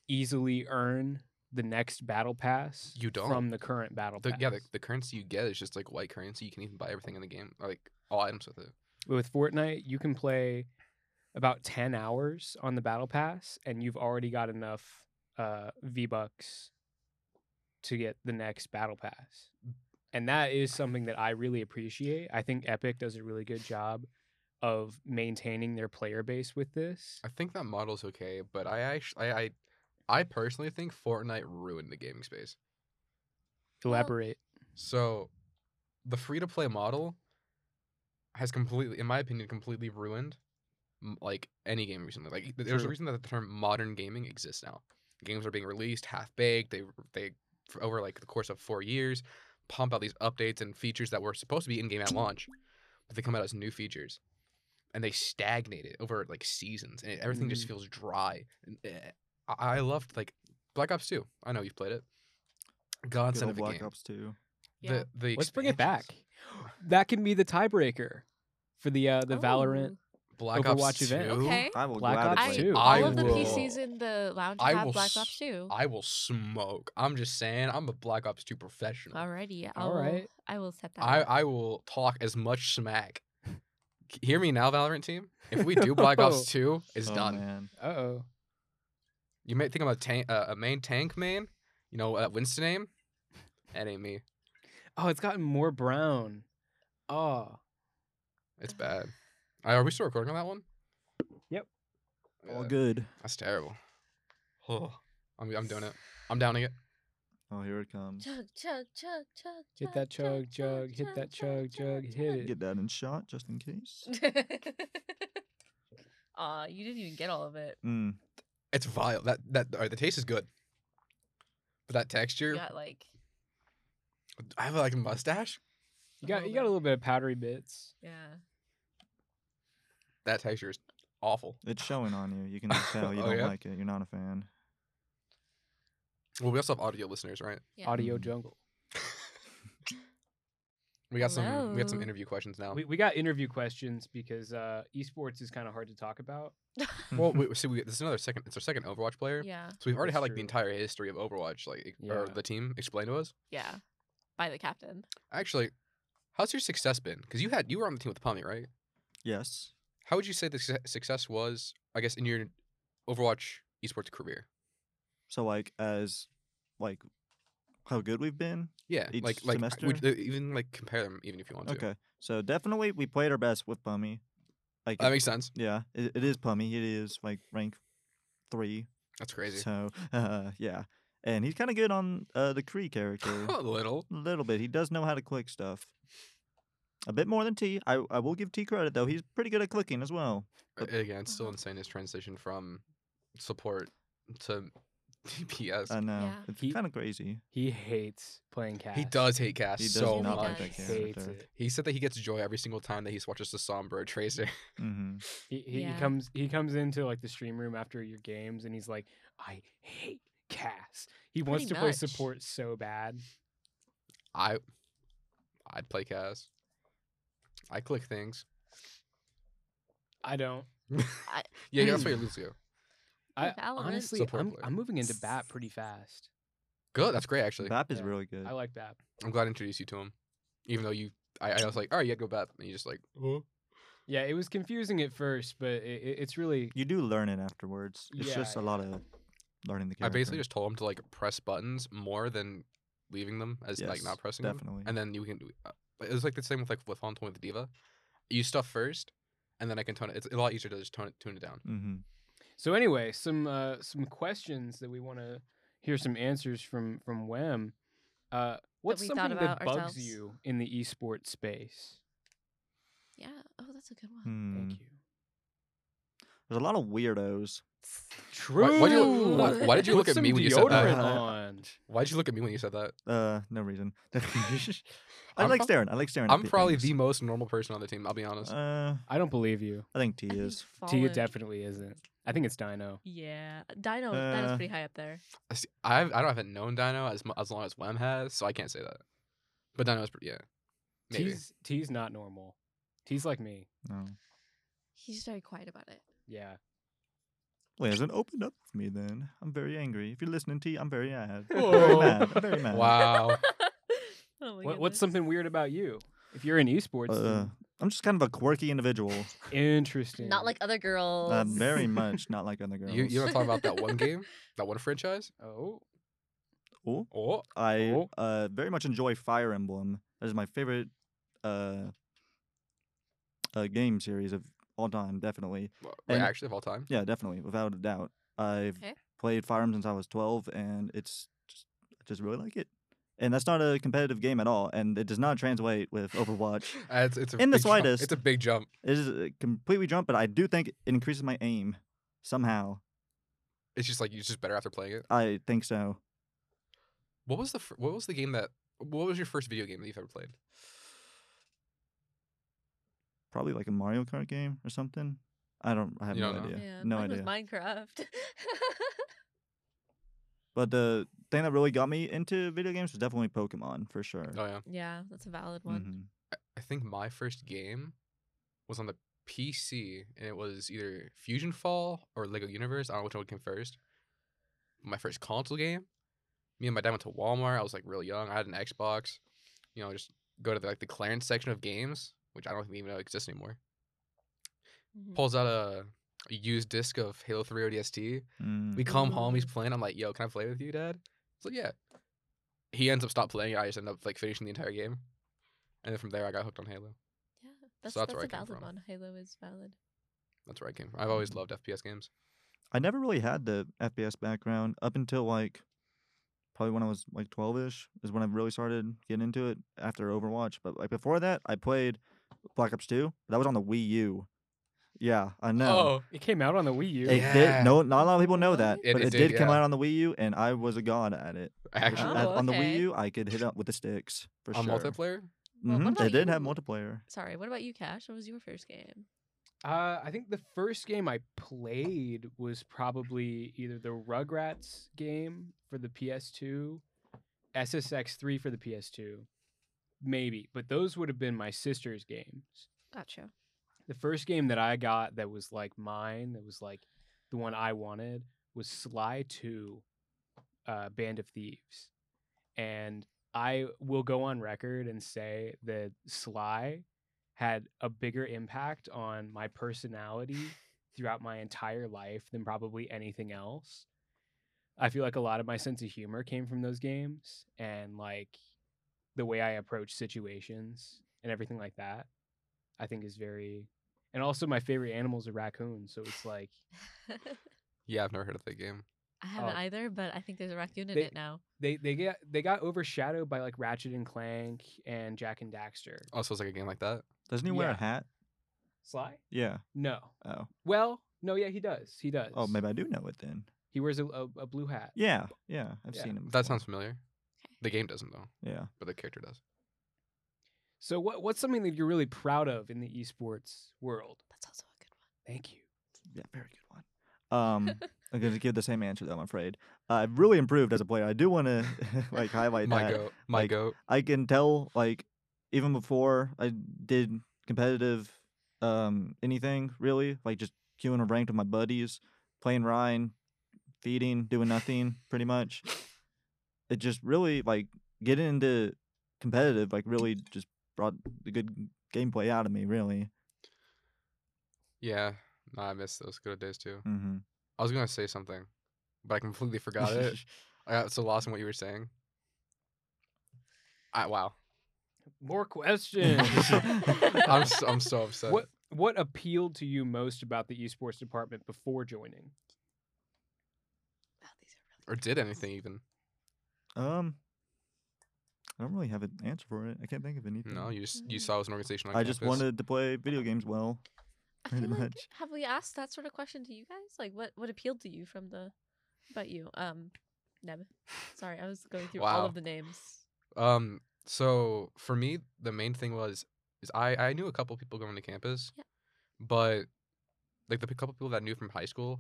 C: easily earn the next battle pass
A: You don't.
C: from the current battle
A: the,
C: pass.
A: yeah, the, the currency you get is just like white currency. You can even buy everything in the game, like all items with it.
C: With Fortnite, you can play about 10 hours on the battle pass and you've already got enough uh, V-bucks to get the next battle pass. And that is something that I really appreciate. I think Epic does a really good job of maintaining their player base with this.
A: I think that model's okay, but I actually I, I I personally think Fortnite ruined the gaming space.
C: Elaborate.
A: So the free to play model has completely, in my opinion, completely ruined m- like any game recently. Like th- there's a
C: True.
A: reason that the term modern gaming exists now. Games are being released half baked. They they for over like the course of four years pump out these updates and features that were supposed to be in game at launch, but they come out as new features. And they stagnate it over like seasons, and everything just
D: Mm.
C: Mhm.
A: feels dry. And, eh, I-, I loved like Black Ops 2. I know you've played it.
D: Good
A: Godsend
D: old
A: of the
D: Black
A: game.
D: Ops 2.
B: Yeah.
A: The, the
C: Let's bring it back.
A: expansions.
C: That can be the tiebreaker for the uh, the Valorant.
A: Black Ops
C: Overwatch
A: 2.
C: event.
B: Okay.
D: I will
C: Black
D: gladly
C: Ops
B: I,
D: play
C: two.
D: it.
B: all
A: I
B: of the
A: will-
B: PCs in the lounge
A: I
B: have
A: will
B: Black Ops
A: s-
B: 2.
A: I will smoke. I'm just saying, I'm a Black Ops 2 professional.
B: Alrighty.
C: All
B: All
C: right.
B: right. I will set that.
A: I,
B: up.
A: I will talk as much smack. C- Hear me now, Valorant team. If we do Black Ops 2, it's
D: Oh,
A: done.
D: man.
C: Uh oh.
A: You may think I'm a, tank, uh, a main tank main. You know, uh, Winston aim. That ain't me.
C: Oh, it's gotten more brown. Oh,
A: It's bad. Uh, are we still recording on that one?
C: Yep.
D: All
A: Yeah,
D: good.
A: That's terrible. Oh, I'm, I'm doing it. I'm downing it.
D: Oh, here it comes.
B: Chug, chug, chug, chug.
C: hit that chug jug, hit that chug jug, hit it.
D: Get that in shot just in case.
B: Aw, you didn't even get all of it.
D: Mm.
A: It's vile. That that all right, the taste is good, but that
B: You
A: texture.
B: got like,
A: I have like a mustache.
C: You got you got a little bit of powdery bits.
B: yeah.
A: That texture is awful.
D: It's showing on you. You can just tell you
A: Oh,
D: don't
A: yeah?
D: like it. You're not a fan.
A: Well, we also have audio listeners, right?
B: Yeah.
C: Audio
A: Mm-hmm.
D: Mm.
C: jungle.
A: We got some. We got some
B: Hello.
A: interview questions now.
C: We, we got interview questions because uh, esports is kind of hard to talk about.
A: well, we, see, we, this is another second. It's our second Overwatch player.
B: Yeah.
A: So we've already
C: That's
A: had like the
C: true.
A: entire history of Overwatch, like ex- or
C: Yeah.
A: the team explained to us.
B: Yeah. By the captain.
A: Actually, how's your success been? Because you had you were on the team with Pommy, right?
D: Yes.
A: How would you say the success- success was? I guess in your Overwatch esports career.
D: So like as like how good we've been.
A: Yeah,
D: Each
A: like like
D: semester?
A: would, you even like compare them, even if you want to.
D: Okay. So definitely we played our best with Pummy. Like
A: that
D: it-
A: makes sense.
D: yeah, it, it is Pummy. It is like rank three.
A: That's crazy.
D: So uh, yeah, and he's kind of good on uh, the Kree character.
A: a little.
D: A little bit. He does know how to click stuff. A bit more than T. I, I will give T credit though. He's pretty good at clicking as well.
A: Uh,
D: But-
A: Again, it's still
B: Uh-huh.
A: insane his transition from support to DPS.
D: I know.
B: Yeah.
D: It's
C: He-
D: kind of crazy.
C: He hates playing cast.
A: he does hate Cass
D: He does
A: so
D: not
A: much.
D: like
B: much.
D: that
C: Hates
D: character.
C: it.
A: He said that he gets joy every single time that he watches the Sombra Tracer.
D: hmm
C: He, he,
B: Yeah.
C: he comes he comes into like the stream room after your games and he's like, I hate Cass. He wants
B: Pretty
C: to play
B: much.
C: support so bad.
A: I, I'd play Cass. I click things.
C: I don't.
B: I-
A: Yeah, that's why you lose you.
C: I
B: Valorant.
C: honestly,
A: Support
C: I'm,
A: player.
C: I'm moving into bat pretty fast.
A: Good, that's great actually.
D: Bap is
C: Yeah.
D: really good.
C: I like bat.
A: I'm glad I introduced you to him, even though you. I, I was like, all right, yeah, go back, and you just like, oh.
C: Yeah, it was confusing at first, but it, it, it's really
D: You do learn it afterwards. It's
C: Yeah,
D: just a
C: yeah.
D: lot of learning
A: I
D: the character.
A: basically just told him to like press buttons more than leaving them as like
D: Yes,
A: not pressing them.
D: definitely.
A: and then you can uh, it was like the same with like with Fontaine with Diva. You stuff first, and then I can tone it. It's a lot easier to just tone it, tune it down.
D: mm-hmm.
C: So anyway, some uh, some questions that we want to hear some answers from from Wem. Uh, What's
B: we thought
C: something that
B: about
C: bugs
B: ourselves.
C: you in the esports space?
B: Yeah. Oh, that's a good
A: Mm.
B: one.
D: Hmm.
C: Thank you.
D: There's a lot of weirdos.
C: True.
A: Why- why do you- why- why did you
C: Put
A: look at
C: some
A: me when you said that?
C: deodorant
D: Uh,
C: on?
A: Why'd you look at me when you said that?
D: Uh, no reason. I
A: I'm
D: like
A: prob-
D: staring. I like staring.
A: I'm
D: at
A: probably the
D: things.
A: most normal person on the team. I'll be honest.
D: Uh,
C: I don't believe you.
D: I think T
B: I think
D: is.
C: Tia
B: fallen-
C: definitely isn't. I think it's Dino.
B: Yeah. Dino.
D: Uh,
B: Dino's pretty high up there.
A: I see- I have- I don't haven't known Dino as mu- as long as Wem has, so I can't say that. But Dino's pretty yeah. Maybe.
C: T's T's not normal. T's like me.
D: No.
B: He's very quiet about it.
C: Yeah.
D: Listen, open up with me then. I'm very angry. If you're listening, T, I'm very mad. Very
C: Whoa.
D: mad. I'm very mad.
A: Wow.
B: oh my
C: What, what's
B: goodness.
C: something weird about you? If you're in esports,
D: Uh,
C: then-
D: I'm just kind of a quirky individual.
C: interesting.
B: Not like other girls.
D: Uh, very much not like other girls.
A: you you want to talk about that one game, that one franchise?
C: oh,
D: Oh,
A: Oh,
D: I
C: Oh.
D: uh, very much enjoy Fire Emblem. That is my favorite uh, uh, game series of all time, definitely.
A: well, wait,
D: And-
A: actually of all time.
D: Yeah, definitely, without a doubt. I've
B: Okay.
D: played Fire Emblem since I was 12, and it's just, I just really like it. And that's not a competitive game at all, and it does not translate with Overwatch.
A: Uh, it's, it's a
D: In the
A: big jump-
D: slightest.
A: It's a big jump.
D: It is a completely jump, but I do think it increases my aim somehow.
A: It's just like you're just better after playing it.
D: I think so.
A: What was the fir- what was the game that what was your first video game that you've ever played?
D: Probably like a Mario Kart game or something. I don't. I have
A: You
D: no
A: don't know?
D: idea.
B: Yeah,
D: no
B: mine
D: idea.
B: Was Minecraft.
D: But the thing that really got me into video games was definitely Pokemon for sure.
A: Oh yeah.
B: yeah, that's a valid one.
D: Mhm.
A: I think my first game was on the PC, and it was either Fusion Fall or Lego Universe. I don't know which one came first. My first console game. Me and my dad went to Walmart. I was like real young. I had an Xbox. You know, just go to the, like the clearance section of games, which I don't think even know exists anymore.
D: Mm-hmm.
B: Mhm.
A: Pulls out a, a used disc of Halo 3 ODST.
D: Mm.
A: We come home. He's playing. I'm like, "Yo, can I play with you, Dad?" He's like, "Yeah." He ends up stop playing. I just end up like finishing the entire game, and then from there I got hooked on Halo.
B: Yeah, that's
A: that's
B: that's
A: where I
B: a
A: came
B: valid
A: from.
B: one. Halo is valid.
A: That's where I came from. I've always
D: Mhm.
A: loved FPS games.
D: I never really had the FPS background up until like probably when I was like 12 ish is when I really started getting into it after Overwatch. But like before that, I played Black Ops 2. That was on the Wii U. Yeah, I know.
A: Oh,
C: it came out on the Wii U.
D: It
A: Yeah.
D: did. No, not a lot of people know that,
A: It-
D: but
A: it
D: it,
A: did,
D: did, come
A: yeah.
D: out on the Wii U, and I was a god at it.
A: actually,
B: Oh,
D: I- On the Wii
B: okay.
D: U, I could hit up with the sticks for
A: on
D: sure.
A: multiplayer.
B: Well, what
D: Mhm, They
B: about
D: did have
B: you?
D: multiplayer.
B: Sorry, what about you, Cash? What was your first game?
C: Uh, I think the first game I played was probably either the Rugrats game for the PS2, SSX3 for the PS2, maybe. But those would have been my sister's games.
B: Gotcha.
C: The first game that I got that was like mine, that was like the one I wanted, was Sly 2 uh, Band of Thieves. And I will go on record and say that Sly had a bigger impact on my personality throughout my entire life than probably anything else. I feel like a lot of my sense of humor came from those games and like the way I approach situations and everything like that. I think is very and also my favorite animals are raccoons, so it's like
A: Oh. Yeah, I've never heard of that game.
B: I haven't
C: Oh.
B: either, but I think there's a raccoon in
C: They-
B: it now.
C: they they get they got overshadowed by like Ratchet and Clank and Jack and Daxter.
A: Oh, so it's like a game like that.
D: Doesn't he wear a
C: Yeah.
D: hat?
C: Sly?
D: Yeah.
C: No.
D: Oh.
C: Well, no, yeah, he does. He does.
D: Oh, maybe I do know it then.
C: he wears a, a, a blue hat.
D: Yeah. Yeah. I've
C: Yeah.
D: seen him. before.
A: That sounds familiar. The game doesn't though,
D: Yeah.
A: but the character does.
C: So what what's something that you're really proud of in the esports world?
B: That's also a good one.
C: Thank you.
D: Yeah, very good one. Um, I'm gonna give the same answer though. I'm afraid I've really improved as a player. I do want to like highlight
A: my
D: that.
A: goat, my
D: like,
A: goat.
D: I can tell like even before I did competitive um anything really like just queuing a ranked with my buddies, playing Ryan, feeding, doing nothing pretty much. It just really like getting into competitive like really just brought the good gameplay out of me really.
A: Yeah, no, I miss those good days too.
D: hmm
A: I was gonna say something, but I completely forgot it. I got so lost in what you were saying. I, wow,
C: More questions.
A: I'm so, I'm so upset.
C: what what appealed to you most about the esports department before joining?
B: Wow, these are really
A: Or
B: good
A: did
B: ones.
A: anything even?
D: Um, I don't really have an answer for it. I can't think of anything.
A: No, you just you saw it was an organization. On
D: Mm-hmm. I just
A: campus.
D: wanted to play video games well.
B: I
D: Pretty
B: feel like,
D: much.
B: have we asked that sort of question to you guys? Like, what what appealed to you from the about you? Um, Neb. Sorry, I was going through all
A: Wow.
B: of the names.
A: Um. So for me, the main thing was is I I knew a couple people going to campus,
B: Yeah.
A: but like the p- couple people that I knew from high school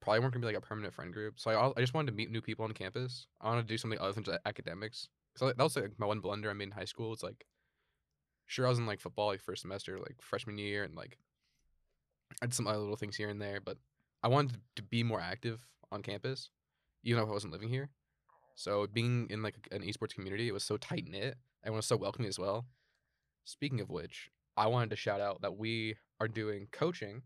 A: probably weren't gonna be like a permanent friend group. So I al- I just wanted to meet new people on campus. I wanted to do something other than just academics. So that was like my one blunder I made in high school. It's like sure I was in like football like first semester like freshman year and like I did some other little things here and there, but I wanted to be more active on campus, even if I wasn't living here. So being in like an esports community, it was so tight knit. Everyone was so welcoming as well. Speaking of which, I wanted to shout out that we are doing coaching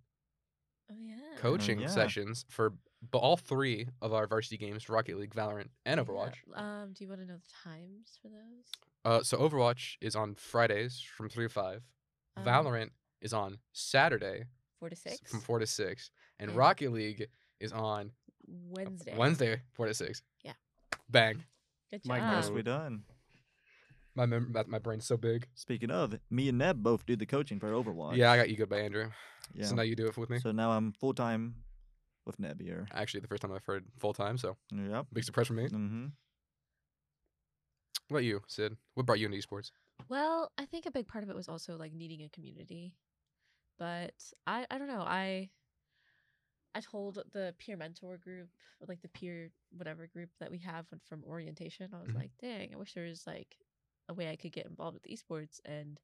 B: Oh yeah.
A: coaching
D: yeah.
A: sessions for but all three of our varsity games: Rocket League, Valorant, and
B: Yeah.
A: Overwatch.
B: Um, do you want to know the times for those?
A: Uh, so Overwatch is on Fridays from three to five.
B: Um,
A: Valorant is on Saturday
B: Four to
A: s-
B: six.
A: from four to six, and
B: Yeah.
A: Rocket League is on
B: Wednesday.
A: Wednesday four to six.
B: Yeah.
A: Bang!
B: Good
C: Mike,
B: job.
D: Nicely done.
A: My mem- my, my brain's so big.
D: Speaking of, me and Neb both do the coaching for Overwatch.
A: Yeah, I got you good by Andrew.
D: Yeah.
A: So now you do it with me. Uh,
D: So now I'm full time with Neb here.
A: Actually, the first time I've heard full time, so
D: Yep.
A: big surprise for me.
D: Mm-hmm.
A: What about you, Sid? What brought you into esports?
B: Well, I think a big part of it was also like needing a community. But I I don't know. I I told the peer mentor group, or, like the peer whatever group that we have uh, from- from orientation, I was
A: Mhm.
B: like, dang, I wish there was like a way I could get involved with esports and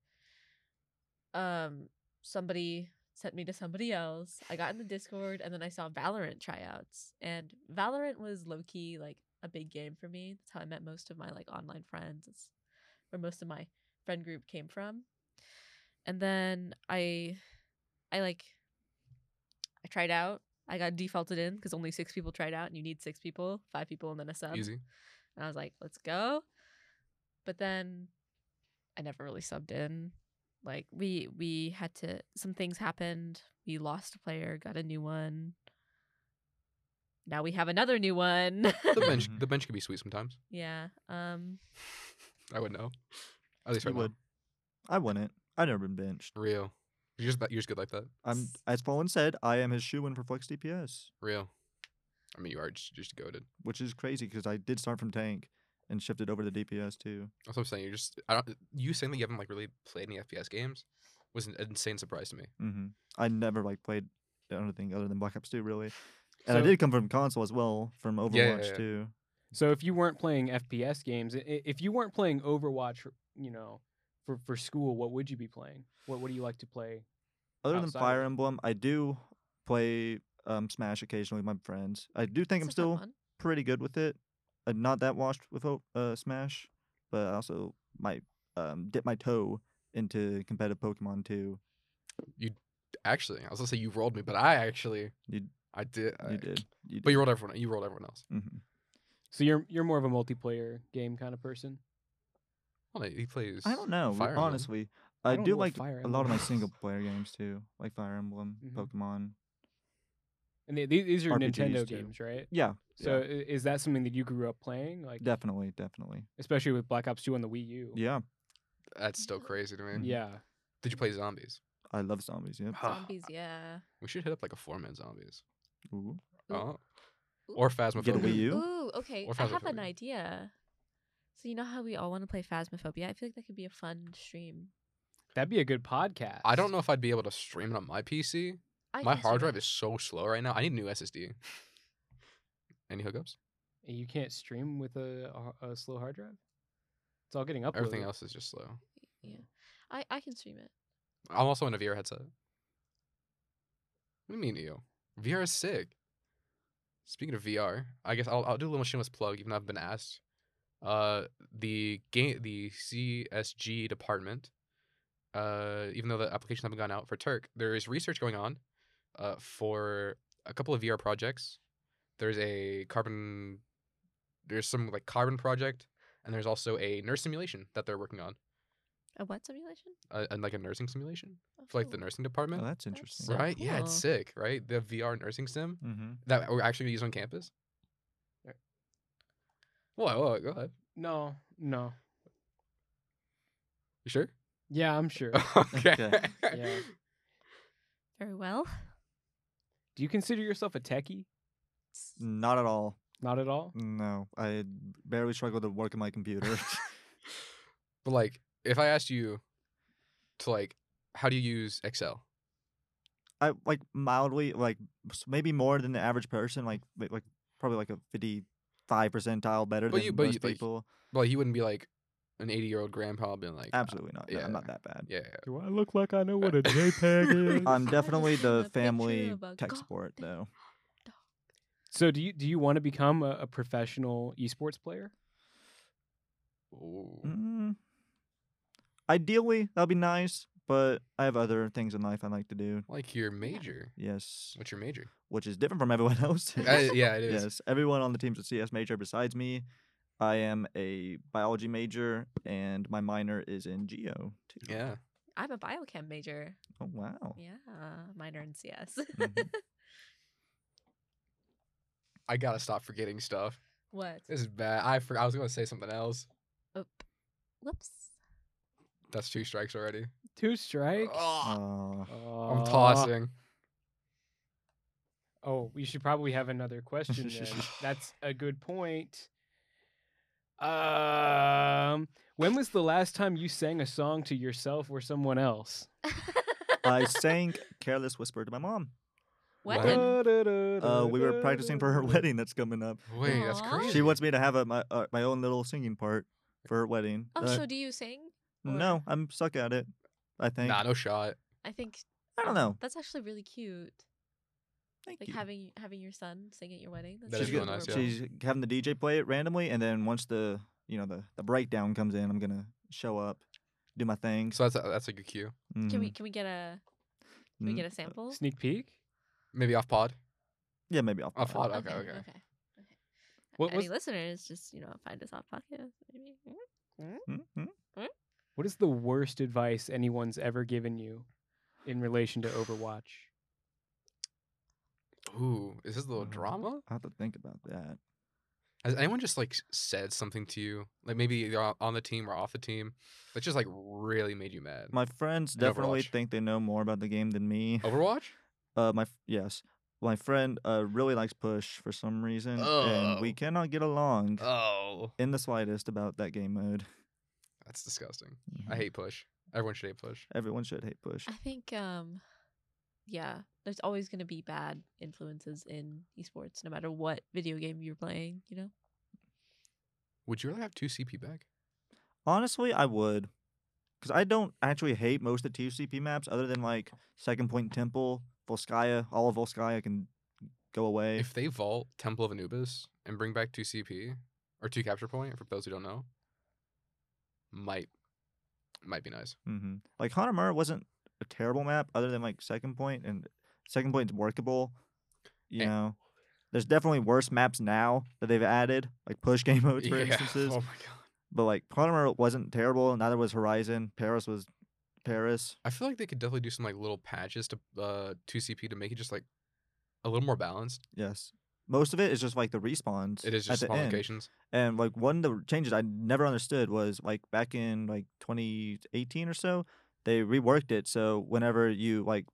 B: um somebody sent me to somebody else. I got in the Discord and then I saw Valorant tryouts. And Valorant was low key like a big game for me. That's how I met most of my like online friends. It's where most of my friend group came from. And then I I like I tried out. I got defaulted in because only six people tried out and you need six people, five people and then a sub.
A: Easy.
B: And I was like, let's go. But then I never really subbed in. Like we we had to some things happened. We lost a player, got a new one. Now we have another new one.
A: The bench,
D: Mhm.
A: the bench can be sweet sometimes.
B: yeah. Um
A: I would know. At least I
D: You
A: would.
D: would. I wouldn't. I've never been benched.
A: Real. You're just that. You're just good like that.
D: I'm, as Fallen said, I am his shoe in for flex DPS,
A: Real. I mean, you are just, just goaded.
D: which is crazy because I did start from tank and shifted over to DPS too.
A: That's what I'm saying. You're just. I don't. You saying that you haven't like really played any FPS games was an insane surprise to me.
D: Mm-hmm. I never like played anything other than Black Ops 2 really, and I
A: So-
D: did come from console as well from Overwatch
A: yeah, yeah.
D: too.
C: So if you weren't playing FPS games, i- i- if you weren't playing Overwatch, you know, for, for school, what would you be playing? What What do you like to play?
D: Other
C: Outside
D: than
C: of
D: Fire
C: it.
D: Emblem, I do play um, Smash occasionally with my friends. I do think I'm
B: it's a fun
D: still
B: one.
D: pretty good with it. I'm not that washed with o- uh, Smash, but I also might um, dip my toe into competitive Pokemon too.
A: Actually, I was gonna say you rolled me, but I actually.
D: You-
A: I did. I,
D: You did. You
A: But you rolled everyone. You rolled everyone else.
D: Mm-hmm.
C: So you're you're more of a multiplayer game kind of person.
A: Hold on, he plays.
D: I don't know.
A: Fire Emblem.
D: honestly,
C: I
D: I,
C: don't
D: do
C: know what
D: like
C: Fire
D: a lot of my
C: Emblem
D: single player games too, like Fire Emblem,
A: Mm-hmm.
C: Mhm.
D: Pokemon.
C: And they, these these are
D: RPGs
C: Nintendo
D: too.
C: games, right?
D: Yeah,
C: So i is that something that you grew up playing, like
D: definitely, definitely.
C: especially with Black Ops Two on the Wii U?
D: Yeah,
A: That's still crazy to me.
C: yeah.
A: Did you play zombies?
D: I love zombies. Yeah.
B: Zombies, yeah.
A: We should hit up like a four man zombies.
D: Ooh.
B: Ooh.
A: Oh.
B: Ooh.
A: Or phasmophobia.
D: Get a Wii U.
B: Ooh, okay.
A: Or
B: I have an
A: Phasmophobia.
B: idea. So you know how we all want to play Phasmophobia? I feel like that could be a fun stream.
C: That'd be a good podcast.
A: I don't know if I'd be able to stream it on my PC.
B: I
A: my
B: can stream
A: hard drive
B: it.
A: is so slow right now. I need a new SSD. Any hookups?
C: You can't stream with a, a h- a slow hard drive. It's all getting uploaded.
A: Everything else is just slow.
B: Yeah, I I can stream it.
A: I'm also in a VR headset. What do you mean, you? VR is sick. Speaking of VR, I guess I'll, I'll do a little shameless plug, even though I've been asked. Uh, the game, the CSG department, uh, even though the applications haven't gone out for Turk, there is research going on, uh, for a couple of VR projects. There's a carbon, there's some like carbon project, and there's also a nurse simulation that they're working on,
B: A what simulation?
A: uh, and like a nursing simulation for like the
B: Oh,
A: nursing department.
D: Oh, that's interesting.
B: so-
A: Right? Yeah, it's
B: cool.
A: sick, right? The VR nursing sim
D: Mm-hmm.
A: that we're actually gonna use on campus.
C: There.
A: Whoa, whoa, go ahead.
C: No, no.
A: You sure?
C: Yeah, I'm sure.
A: okay.
D: Okay.
C: Yeah.
B: Very well.
C: Do you consider yourself a techie?
D: Not at all.
C: Not at all.
D: No, I barely struggle to work on my computer.
A: But like, if I asked you to like, how do you use Excel?
D: I like mildly, like s- maybe more than the average person, like ma- like probably like a fifty-five percentile better
A: But
D: than
A: you- but you,
D: most
A: like,
D: people.
A: But like, you wouldn't be like an eighty-year-old grandpa being like, "Uh,
D: Absolutely not. no, I'm not that bad.
A: Yeah, yeah.
C: Do I look like I know what a JPEG is?
B: Um,
D: I'm
B: I was
D: definitely
B: seeing a
D: the
B: picture
D: family
B: of a
D: tech
B: god
D: support
B: damn-
D: though.
C: so do you do you want to become a, a professional esports player?
A: Ooh.
D: Mm. Ideally, that'd be nice, but I have other things in life I like to do.
A: Like your major.
D: Yes,
A: What's your major?
D: which is different from everyone else.
A: Uh, yeah, it is.
D: yes, everyone on the team's a CS major besides me. I am a biology major, and my minor is in geo. Too.
A: Yeah.
B: I'm a biochem major.
D: Oh wow.
B: Yeah, minor in CS.
D: Mhm.
A: I gotta stop forgetting stuff.
B: what?
A: This is bad. I for- I was gonna say something else.
B: Oop. Whoops.
A: That's two strikes already.
C: Two strikes.
B: Ah.
A: Ugh,
D: Aw.
A: I'm
C: Aw.
A: tossing.
C: Oh, we should probably have another question then. That's a good point. Um, when was the last time you sang a song to yourself or someone else?
D: I sang "Careless Whisper" to my mom.
A: What?
B: When?
D: Uh, we were practicing for her wedding that's coming up.
A: Wait, that's
B: Aw.
A: crazy.
D: She wants me to have a, my uh, my own little singing part for her wedding.
B: Oh,
D: Uh,
B: so do you sing?
D: no, I'm suck at it. I think.
A: Nah, no shot.
B: I think
D: I don't know.
B: that's actually really cute.
D: Thank
B: Like
D: you.
B: having having your son sing at your wedding. That's
A: That
D: she's,
A: is really
D: gonna-
A: nice, yeah.
D: she's having the DJ play it randomly, and then once the you know the the breakdown comes in, I'm gonna show up, do my thing.
A: So that's a, that's a good cue.
B: Can we
D: Mhm.
B: can we get a can we
D: Mm.
B: get a sample?
C: Sneak peek.
A: Maybe off pod.
D: Yeah, maybe I'll.
A: Off pod.
D: I'll-
A: Okay, okay.
B: okay.
C: What
B: Any
C: was
B: listeners, just you know, find us on podcast. Maybe.
D: Mm, mm.
C: what is the worst advice anyone's ever given you in relation to Overwatch?
A: Ooh, is this a little
D: Um,
A: drama?
D: I have to think about that.
A: Has anyone just like s- said something to you, like maybe they're o- on the team or off the team, that just like really made you mad?
D: My friends definitely
A: Overwatch.
D: think they know more about the game than me.
A: Overwatch?
D: Uh, my f- yes, my friend uh really likes Push for some reason, and we
A: Oh.
D: cannot get along
A: Oh,
D: in the slightest about that game mode.
A: that's disgusting. I
D: Mhm.
A: hate push. Everyone should hate push.
D: Mm-hmm. Everyone should hate Push.
B: I think um yeah, there's always going to be bad influences in esports no matter what video game you're playing, you know.
A: Would you rather have two CP back?
D: Honestly, I would, because I don't actually hate most of the TCP maps, other than like Second Point Temple, Volskaya. All of Volskaya can go away.
A: If they vault Temple of Anubis and bring back two CP or two capture point, for those who don't know, might might be nice.
D: hmm Like Hanamura wasn't a terrible map, other than like Second Point, and Second Point's workable. You
A: Eh.
D: know, there's definitely worse maps now that they've added, like push game modes for
A: Yeah.
D: instances.
A: Oh my god.
D: But like Hanamura wasn't terrible, neither was Horizon. Paris was Paris.
A: I feel like they could definitely do some like little patches to uh two CP to make it just like a little more balanced.
D: Yes, most of it is just like the respawns.
A: It is just
D: at the
A: small
D: end.
A: locations.
D: And like one of the changes I never understood was like back in like 2018 or so, they reworked it so whenever you like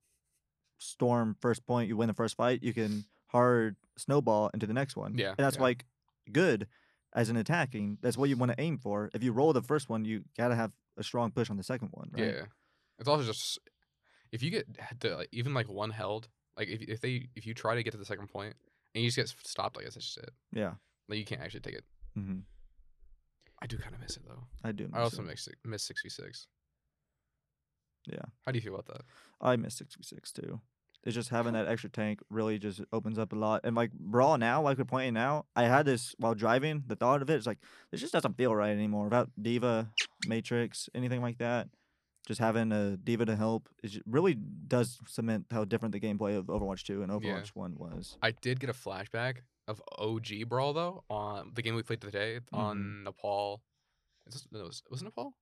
D: storm first point, you win the first fight, you can hard snowball into the next one.
A: Yeah,
D: and that's
A: yeah.
D: like good as an attacking. That's what you want to aim for. If you roll the first one, you gotta have a strong push on the second one. Right?
A: Yeah, it's also just if you get had to, like, even like one held, like if if they if you try to get to the second point and you just get s- stopped, I guess that's just it.
D: yeah.
A: Like you can't actually take it.
D: hmm
A: I do kind of miss it though.
D: I do. Miss
A: I also
D: it.
A: miss si- miss sixty six.
D: Yeah.
A: How do you feel about that?
D: I miss 66 too. It's just having that extra tank really just opens up a lot. And like Brawl now, like we're playing now, I had this while driving, the thought of it is like, this just doesn't feel right anymore without Diva, Matrix, anything like that. Just having a Diva to help is ju- really does cement how different the gameplay of Overwatch 2 and Overwatch 1 was.
A: I did get a flashback of OG Brawl though on the game we played today
D: Mm-hmm.
A: on Nepal. Is this, no, it was was it Nepal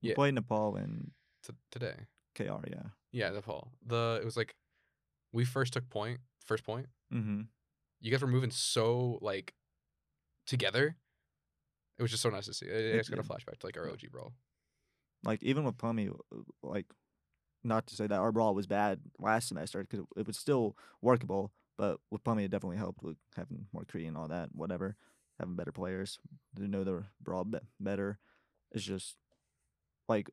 D: We
A: Yeah.
D: played Nepal and
A: T- today?
D: KR, yeah.
A: Yeah, Nepal. The it was like we first took point, first point.
D: Mm-hmm.
A: you guys were moving so like together. It was just so nice to see. I, I
D: It
A: just got a
D: did.
A: flashback to like our
D: Yeah.
A: OG brawl.
D: Like even with Pummy, w- like not to say that our brawl was bad last semester because it was still workable, but with Pummy it definitely helped with having more Kree and all that, whatever, having better players who know their brawl be- better. It's just like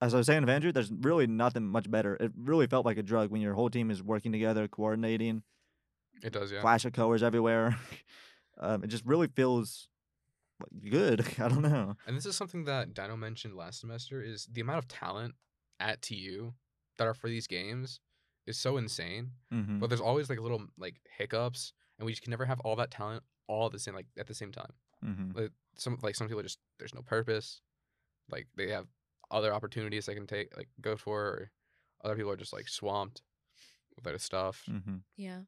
D: as I was saying to Andrew, there's really nothing much better. It really felt like a drug when your whole team is working together, coordinating,
A: It does, yeah.
D: flash of colors everywhere. um, it just really feels like, good. I don't know.
A: And this is something that Dino mentioned last semester is the amount of talent at TU that are for these games is so insane.
D: Mm-hmm.
A: But there's always like little like hiccups and we just can never have all that talent all at the same like at the same time.
D: Mm-hmm.
A: Like, some like some people just there's no purpose. Like they have other opportunities they can take like go for or other people are just like swamped with other stuff.
D: Mm-hmm.
B: Yeah.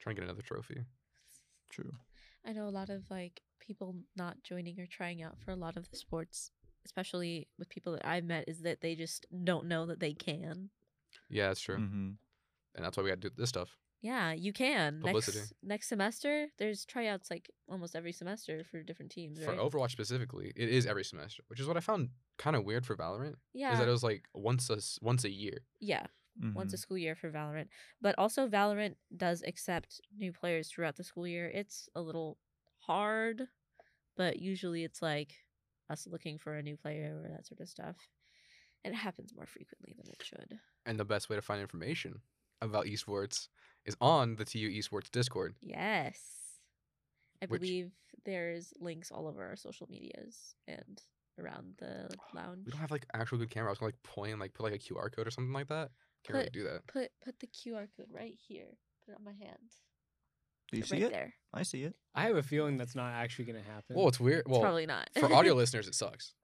A: Trying to get another trophy.
D: True.
B: I know a lot of like people not joining or trying out for a lot of the sports, especially with people that I've met, is that they just don't know that they can.
A: Yeah, that's true.
D: Mm-hmm.
A: And that's why we gotta do this stuff.
B: Yeah, you can.
A: Publicity.
B: Next next semester, there's tryouts like almost every semester for different teams,
A: For
B: right?
A: Overwatch specifically, it is every semester, which is what I found kind of weird for Valorant.
B: yeah.
A: Is that it was like once a Hmm. s- once a year.
B: yeah.
D: Mm-hmm.
B: once a school year for Valorant. But also, Valorant does accept new players throughout the school year. It's a little hard, but usually it's like us looking for a new player or that sort of stuff. It happens more frequently than it should.
A: And the best way to find information about esports is on the TU Esports Discord.
B: Yes. I
A: Which-
B: believe there's links all over our social medias and around the lounge.
A: Oh, We don't have like actual good camera. I was gonna like point and like put like a QR code or something like that. Can't really
B: Put-
A: do that.
B: Put put the QR code right here. Put it on my hand.
D: Do you
B: Right
D: see it?
B: there.
D: I see it.
C: I have a feeling that's not actually going to happen.
A: Well, it's weird.
B: it's
A: Well,
B: probably not.
A: for audio listeners, it sucks.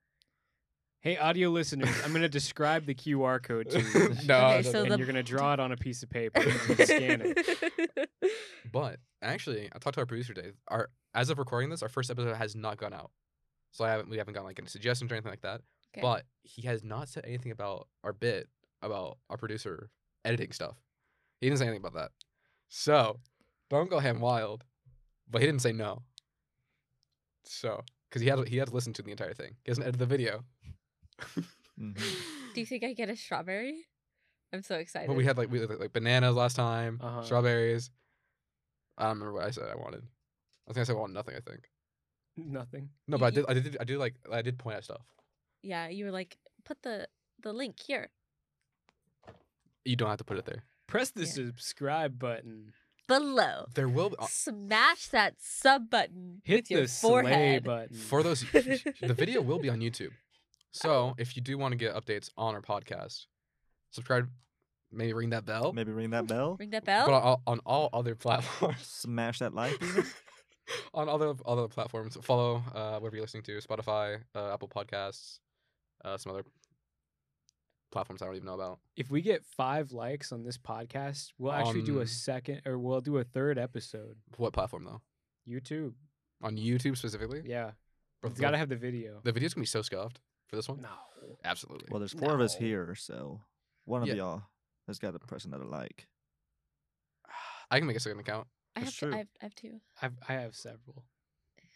C: hey, audio listeners, I'm going to describe the QR code to you.
A: No,
B: Okay,
A: no,
B: so
A: no.
C: and
B: the-
C: you're going to draw it on a piece of paper and scan it.
A: But actually, I talked to our producer today. Our as of recording this, our first episode has not gone out, so I haven't we haven't gotten like any suggestions or anything like that.
B: Okay.
A: But he has not said anything about our bit about our producer editing stuff. He didn't say anything about that. So don't go ham wild. But he didn't say no. So because he had he had to listen to the entire thing. He hasn't edited the video.
D: Mm-hmm.
B: Do you think I get a strawberry? I'm so excited.
A: But we had like we had, like bananas last time,
C: Uh-huh.
A: strawberries. I don't remember what I said I wanted. I think I said I wanted nothing. I think.
C: Nothing.
A: No,
B: Y-
A: but I
B: y-
A: did, I did, I did like, I did point out stuff.
B: yeah, you were like, put the the link here.
A: You don't have to put it there.
C: Press the
B: Yeah.
C: subscribe button.
B: Below.
A: There will be, uh,
B: Smash that sub button.
C: Hit
B: with your
C: the slay
B: forehead.
C: button.
A: for those, the video will be on YouTube. So if you do want to get updates on our podcast, subscribe, maybe ring that bell.
D: Maybe ring that
B: Oh.
D: bell.
B: Ring that
A: But on,
B: bell.
A: all- on all other platforms,
D: Smash that like. button.
A: on other other platforms, follow uh, whatever you're listening to, Spotify, uh, Apple Podcasts, uh, some other platforms I don't even know about.
C: if we get five likes on this podcast, we'll actually do
A: Um,
C: a second or we'll do a third episode.
A: What platform though?
C: YouTube.
A: On YouTube specifically?
C: Yeah.
A: Bro,
C: It's
A: the-
C: got to have the video.
A: The video's gonna be so scuffed for this one.
C: No.
A: Absolutely.
D: Well, there's four of us
C: No.
D: here, so one of
A: Yeah.
D: y'all has got to press another like.
A: I can make a second account.
B: I
D: That's
B: have,
D: true.
B: to, I have I have two.
C: I've, I have several.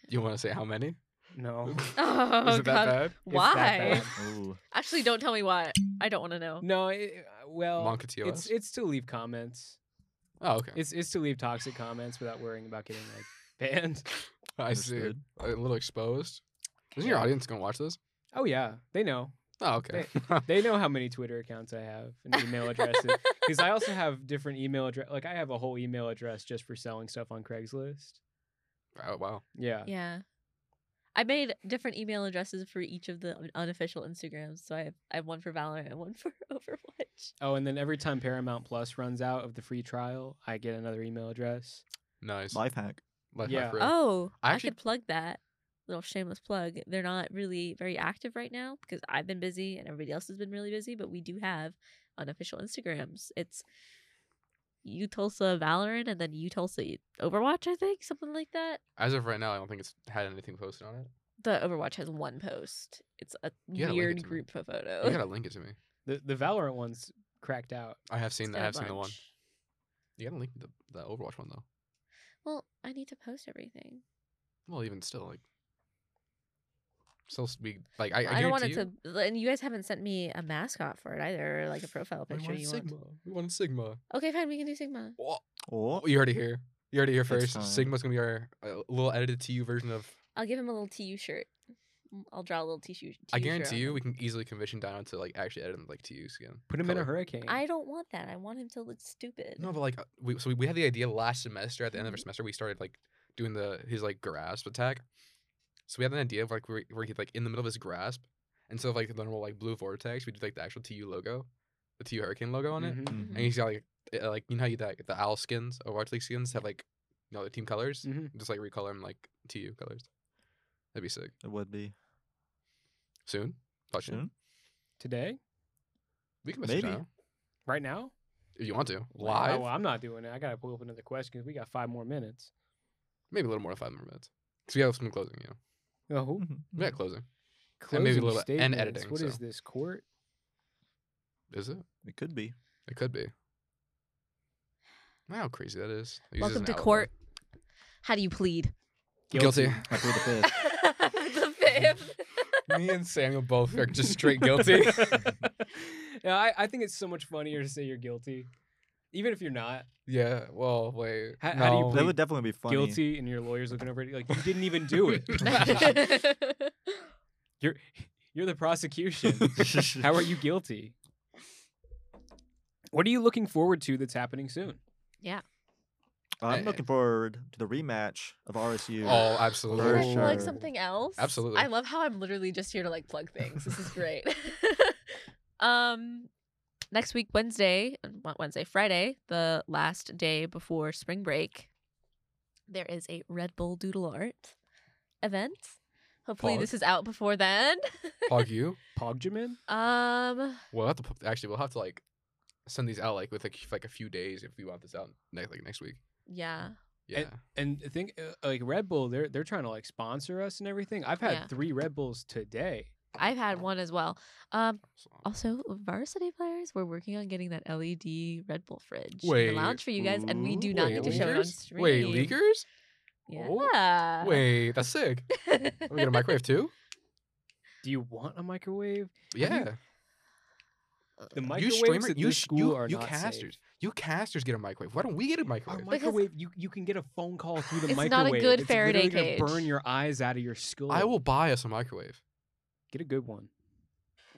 A: You want to say how many?
C: No.
B: Oh
A: Is it that bad?
C: It's that
B: Why?
C: bad.
D: Ooh.
B: Actually, don't tell me why. I don't want to know.
C: No, it, uh, well,
A: Monka TOS?
C: it's it's to leave comments.
A: Oh, okay.
C: It's it's to leave toxic comments without worrying about getting like banned.
A: I see.
D: Understood.
A: A little exposed. Isn't your
C: Yeah.
A: audience gonna watch this?
C: Oh yeah, they know.
A: Oh, okay.
C: They know how many Twitter accounts I have and email addresses because I also have different email address. Like I have a whole email address just for selling stuff on Craigslist.
A: oh, wow.
C: Yeah.
B: Yeah. I made different email addresses for each of the unofficial Instagrams. So I have, I have one for Valorant and one for Overwatch.
C: Oh, and then every time Paramount Plus runs out of the free trial, I get another email address.
A: Nice.
D: Life hack.
A: Life
C: Yeah.
A: hack for real.
B: Oh,
A: I
B: I,
A: actually-
B: could plug that. Little shameless plug. They're not really very active right now because I've been busy and everybody else has been really busy, but we do have unofficial Instagrams. It's you Tulsa Valorant and then you Tulsa Overwatch, I think, something like that.
A: As of right now, I don't think it's had anything posted on it.
B: The Overwatch has one post. It's a
A: You gotta link it
B: weird
A: to me.
B: group of photos.
A: You gotta link it to me.
C: The the Valorant one's cracked out.
A: I have seen.
B: It's
A: I
B: got a
A: have seen the one.
B: bunch.
A: You gotta link the the Overwatch one though.
B: Well, I need to post everything.
A: Well, even still, like, still s- be like I, I,
E: I, don't want
A: guarantee
E: it to. And you guys haven't sent me a mascot for it either, or like a profile
A: you, We
E: picture. You
A: wanted
E: want?
A: Sigma. We wanted Sigma.
E: Okay, fine. We can do Sigma.
A: Oh,
D: Oh,
A: you heard it here. You heard it here
D: That's
A: first.
D: fine.
A: Sigma's gonna be our uh, little edited TU version of.
E: I'll give him a little TU shirt. Mm, I'll draw a little TU. TU
A: I
E: shirt
A: guarantee
E: on
A: you,
E: him.
A: we can easily condition down to like actually edit them like TU skin.
C: Put him in a
A: color.
C: hurricane.
E: I don't want that. I want him to look stupid.
A: No, but like uh, we so we, we had the idea last semester. At the end of our
C: Mm-hmm.
E: Mhm.
A: semester, we started like doing the his like grasp attack. So we had an idea of like where, where he's like in the middle of his grasp, instead of like the normal like blue vortex, we did like the actual TU logo, the TU hurricane logo on it,
C: Mhm.
D: Mm-hmm.
A: and he's got like uh, like you know how you like the owl skins or watch league skins have like you know the team colors,
C: Mhm.
A: just like recolor them like TU colors. That'd be sick.
D: it would be
A: Soon, touch soon.
D: soon.
C: Today,
A: We can message
D: Maybe.
A: now
C: right now.
A: if you want to
C: Well,
A: live.
C: well, I'm not doing it. I gotta pull up another question because we got five more minutes.
A: Maybe a little more than five more minutes. Cause we have some closing, you know.
C: Oh,
D: Mm-hmm.
A: We got closing.
C: closing
A: And maybe a little bit-
C: statements.
A: and editing,
C: What
A: so.
C: is this court?
A: Is it?
D: Mm-hmm. It could be.
A: It could be. Wow, how crazy that is. Use it as
B: Welcome
A: an
B: to
A: alibi.
B: court. How do you plead?
A: Guilty.
D: I plead the fifth.
E: the fifth.
A: Me and Samuel both are just straight guilty.
C: yeah, I, I think it's so much funnier to say you're guilty, even if you're not
A: yeah. Well, wait.
C: How- how do you
A: no.
D: That would definitely be funny.
C: guilty, and your lawyer's looking over at you like you didn't even do it. you're you're the prosecution. How are you guilty? What are you looking forward to that's happening soon?
D: I'm looking forward to the rematch of RSU.
A: Oh,
E: Can
A: absolutely.
E: I plug
D: sure.
E: something else?
A: Absolutely.
E: I love how I'm literally just here to like plug things. This is great.
B: Um, next week Wednesday, uh, Wed- Wednesday Friday, the last day before spring break, there is a Red Bull Doodle Art event. Hopefully,
A: Pog?
B: this is out before then.
A: Pog you.
C: Pogjamin?
B: um,
A: We'll have to pu- actually. We'll have to like send these out like with like like a few days if we want this out next like next week.
B: yeah,
A: Yeah.
C: And I think uh, like Red Bull, they're they're trying to like sponsor us and everything. I've had
B: Yeah.
C: three Red Bulls today.
B: I've had one as well. Um,
A: So-
B: also varsity players, we're working on getting that LED Red Bull fridge in
A: Wait,
B: the lounge for you guys, and we do not
A: wait,
B: get to show it on
A: leakers?
B: stream. Uh,
A: Wait, leakers?
B: Yeah.
A: Wait, that's sick. We get a microwave too?
C: Do you want a microwave?
A: Yeah.
C: The
A: you
C: microwaves
A: streamer,
C: at
A: you
C: this
A: sh-
C: school
A: you,
C: are
A: you
C: not
A: casters,
C: safe. Oh
A: you casters get a microwave. Why don't we get a
C: Our
A: microwave?
E: Because-
C: microwave, you, you can get a phone call through the
B: It's not a
C: microwave.
B: good
C: it's
B: Faraday
C: literally gonna Burn
B: cage.
C: your eyes out of your skull.
A: I will buy us a microwave.
C: get a good one.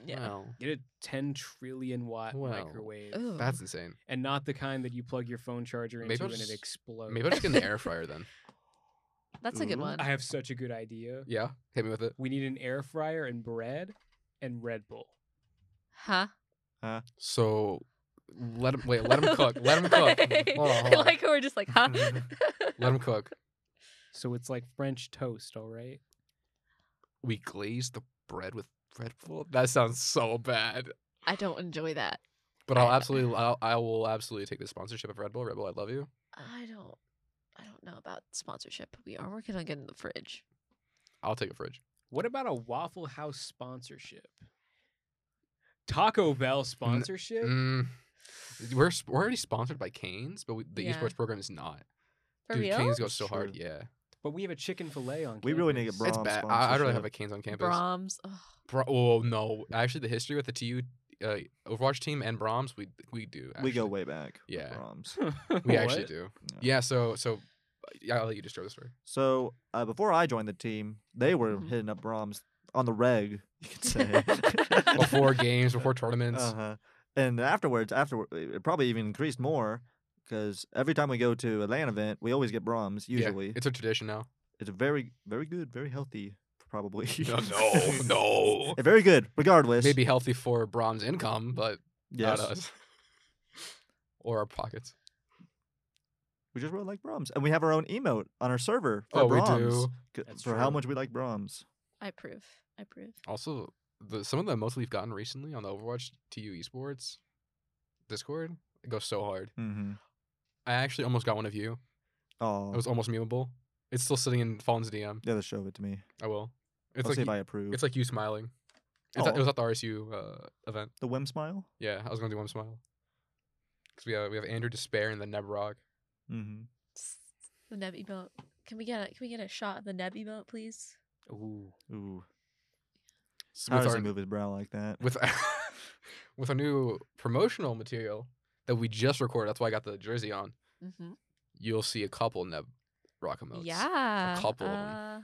B: Yeah.
A: Wow.
C: Get a 10 trillion watt
A: Wow.
C: microwave,
B: Ooh.
A: That's insane.
C: and not the kind that you plug your phone charger
A: Maybe
C: into
A: I'll
C: and it
A: just-
C: explodes.
A: Maybe I'll just get an air fryer then.
B: That's a good
A: Mm.
D: Ooh.
B: one.
C: I have such a good idea.
A: Yeah, hit me with it.
C: We need an air fryer and bread and Red Bull.
B: Huh?
A: So let him wait. Let him cook. Let him cook. Hold on,
C: Oh.
A: hold
B: I
A: on.
B: like how we're just like, huh?
A: Let him cook.
C: So it's like French toast, all right?
A: We glaze the bread with bread full. That sounds so bad.
B: I don't enjoy that.
A: But I'll
B: I-
A: absolutely, I'll, I will absolutely take the sponsorship of Red Bull. Red Bull, I love you.
B: I don't. I don't know about sponsorship. We are working on getting the fridge.
A: I'll take a fridge.
C: What about a Waffle House sponsorship? Taco Bell sponsorship?
A: Mm, we're sp- we're already sponsored by Canes, but we, the
B: Yeah.
A: esports program is not.
B: For
A: Dude,
B: real?
A: Canes goes
D: That's
A: so hard.
D: true.
A: Yeah,
C: But we have a chicken fillet on
D: We really need to
C: campus.
D: get Brom
A: it's bad. I, I'd rather have
D: sponsorship.
A: a Canes on campus.
B: Brahms. Ugh.
A: Bro- oh no, actually, the history with the TU uh, Overwatch team and Brahms, we we do.
D: We go
A: actually.
D: way back. with
A: Yeah.
D: Brahms.
A: We
C: What?
A: actually do. Yeah. So so, yeah. I'll let you destroy the story.
D: So uh, before I joined the team, they were
C: Mm-hmm.
B: Mhm.
D: hitting up Brahms on the reg, you could say.
A: Before games, before tournaments.
D: Uh-huh. And afterwards, after it probably even increased more because every time we go to a LAN event, we always get Brahms.
A: Yeah,
D: Usually,
A: it's a tradition now.
D: it's very, very good, very healthy, probably.
A: No, no, no.
D: Uh, very good, regardless.
A: Maybe healthy for Brahms' income, but
D: yes.
A: not us. or our pockets.
D: We just really like Brahms, and we have our own emote on our server for
A: oh, we
D: Brahms
A: do.
D: c-
C: That's
D: for how
C: true.
D: much we like Brahms.
B: I approve. I approve.
A: Also, the some of the emotes we've gotten recently on the Overwatch TU esports Discord it goes so hard.
D: Mm-hmm.
A: I actually almost got one of you.
D: Oh,
A: It was almost memeable. It's still sitting in Fawn's DM.
D: yeah, just show it to me.
A: I will. It's
D: I'll
A: like
D: see if
A: you,
D: I Oh. approve.
A: it's like you smiling. It's at-
D: Aw.
A: it was at the RSU uh, event.
D: the whim smile.
A: Yeah, I was gonna do one smile. Cause we have we have Andrew Despair and then Nebrog.
D: Mm-hmm.
B: The Neb emote. Can we get a Can we get a shot of the Neb emote, please?
C: Ooh.
D: Ooh,
A: S-
D: How
A: With
D: does
A: our,
D: he move his brow like that?
A: with with our new promotional material that we just recorded, that's why I got the jersey on.
B: Mm-hmm.
A: You'll see a couple Neb rock emotes.
E: yeah.
A: couple of 'em.
E: uh,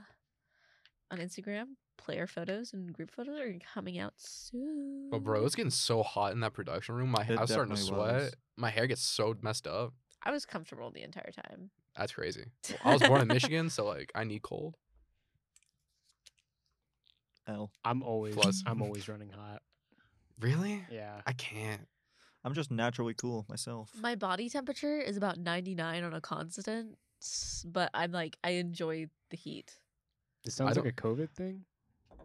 B: On Instagram, player photos and group photos are coming out soon.
A: But Oh, bro, it's getting so hot in that production room. My
D: It
A: I was starting to
D: definitely
A: sweat.
D: was.
A: My hair gets so messed up.
E: I was comfortable the entire time.
A: That's crazy. Well, I was born in Michigan, so like I need cold.
D: L.
C: I'm always
A: Plus.
C: I'm always running hot.
A: Really?
C: Yeah.
A: I can't.
D: I'm just naturally cool myself.
B: My body temperature is about 99 on a constant, s- but I'm like, I enjoy the heat.
C: It sounds
A: don't-
C: like a COVID thing.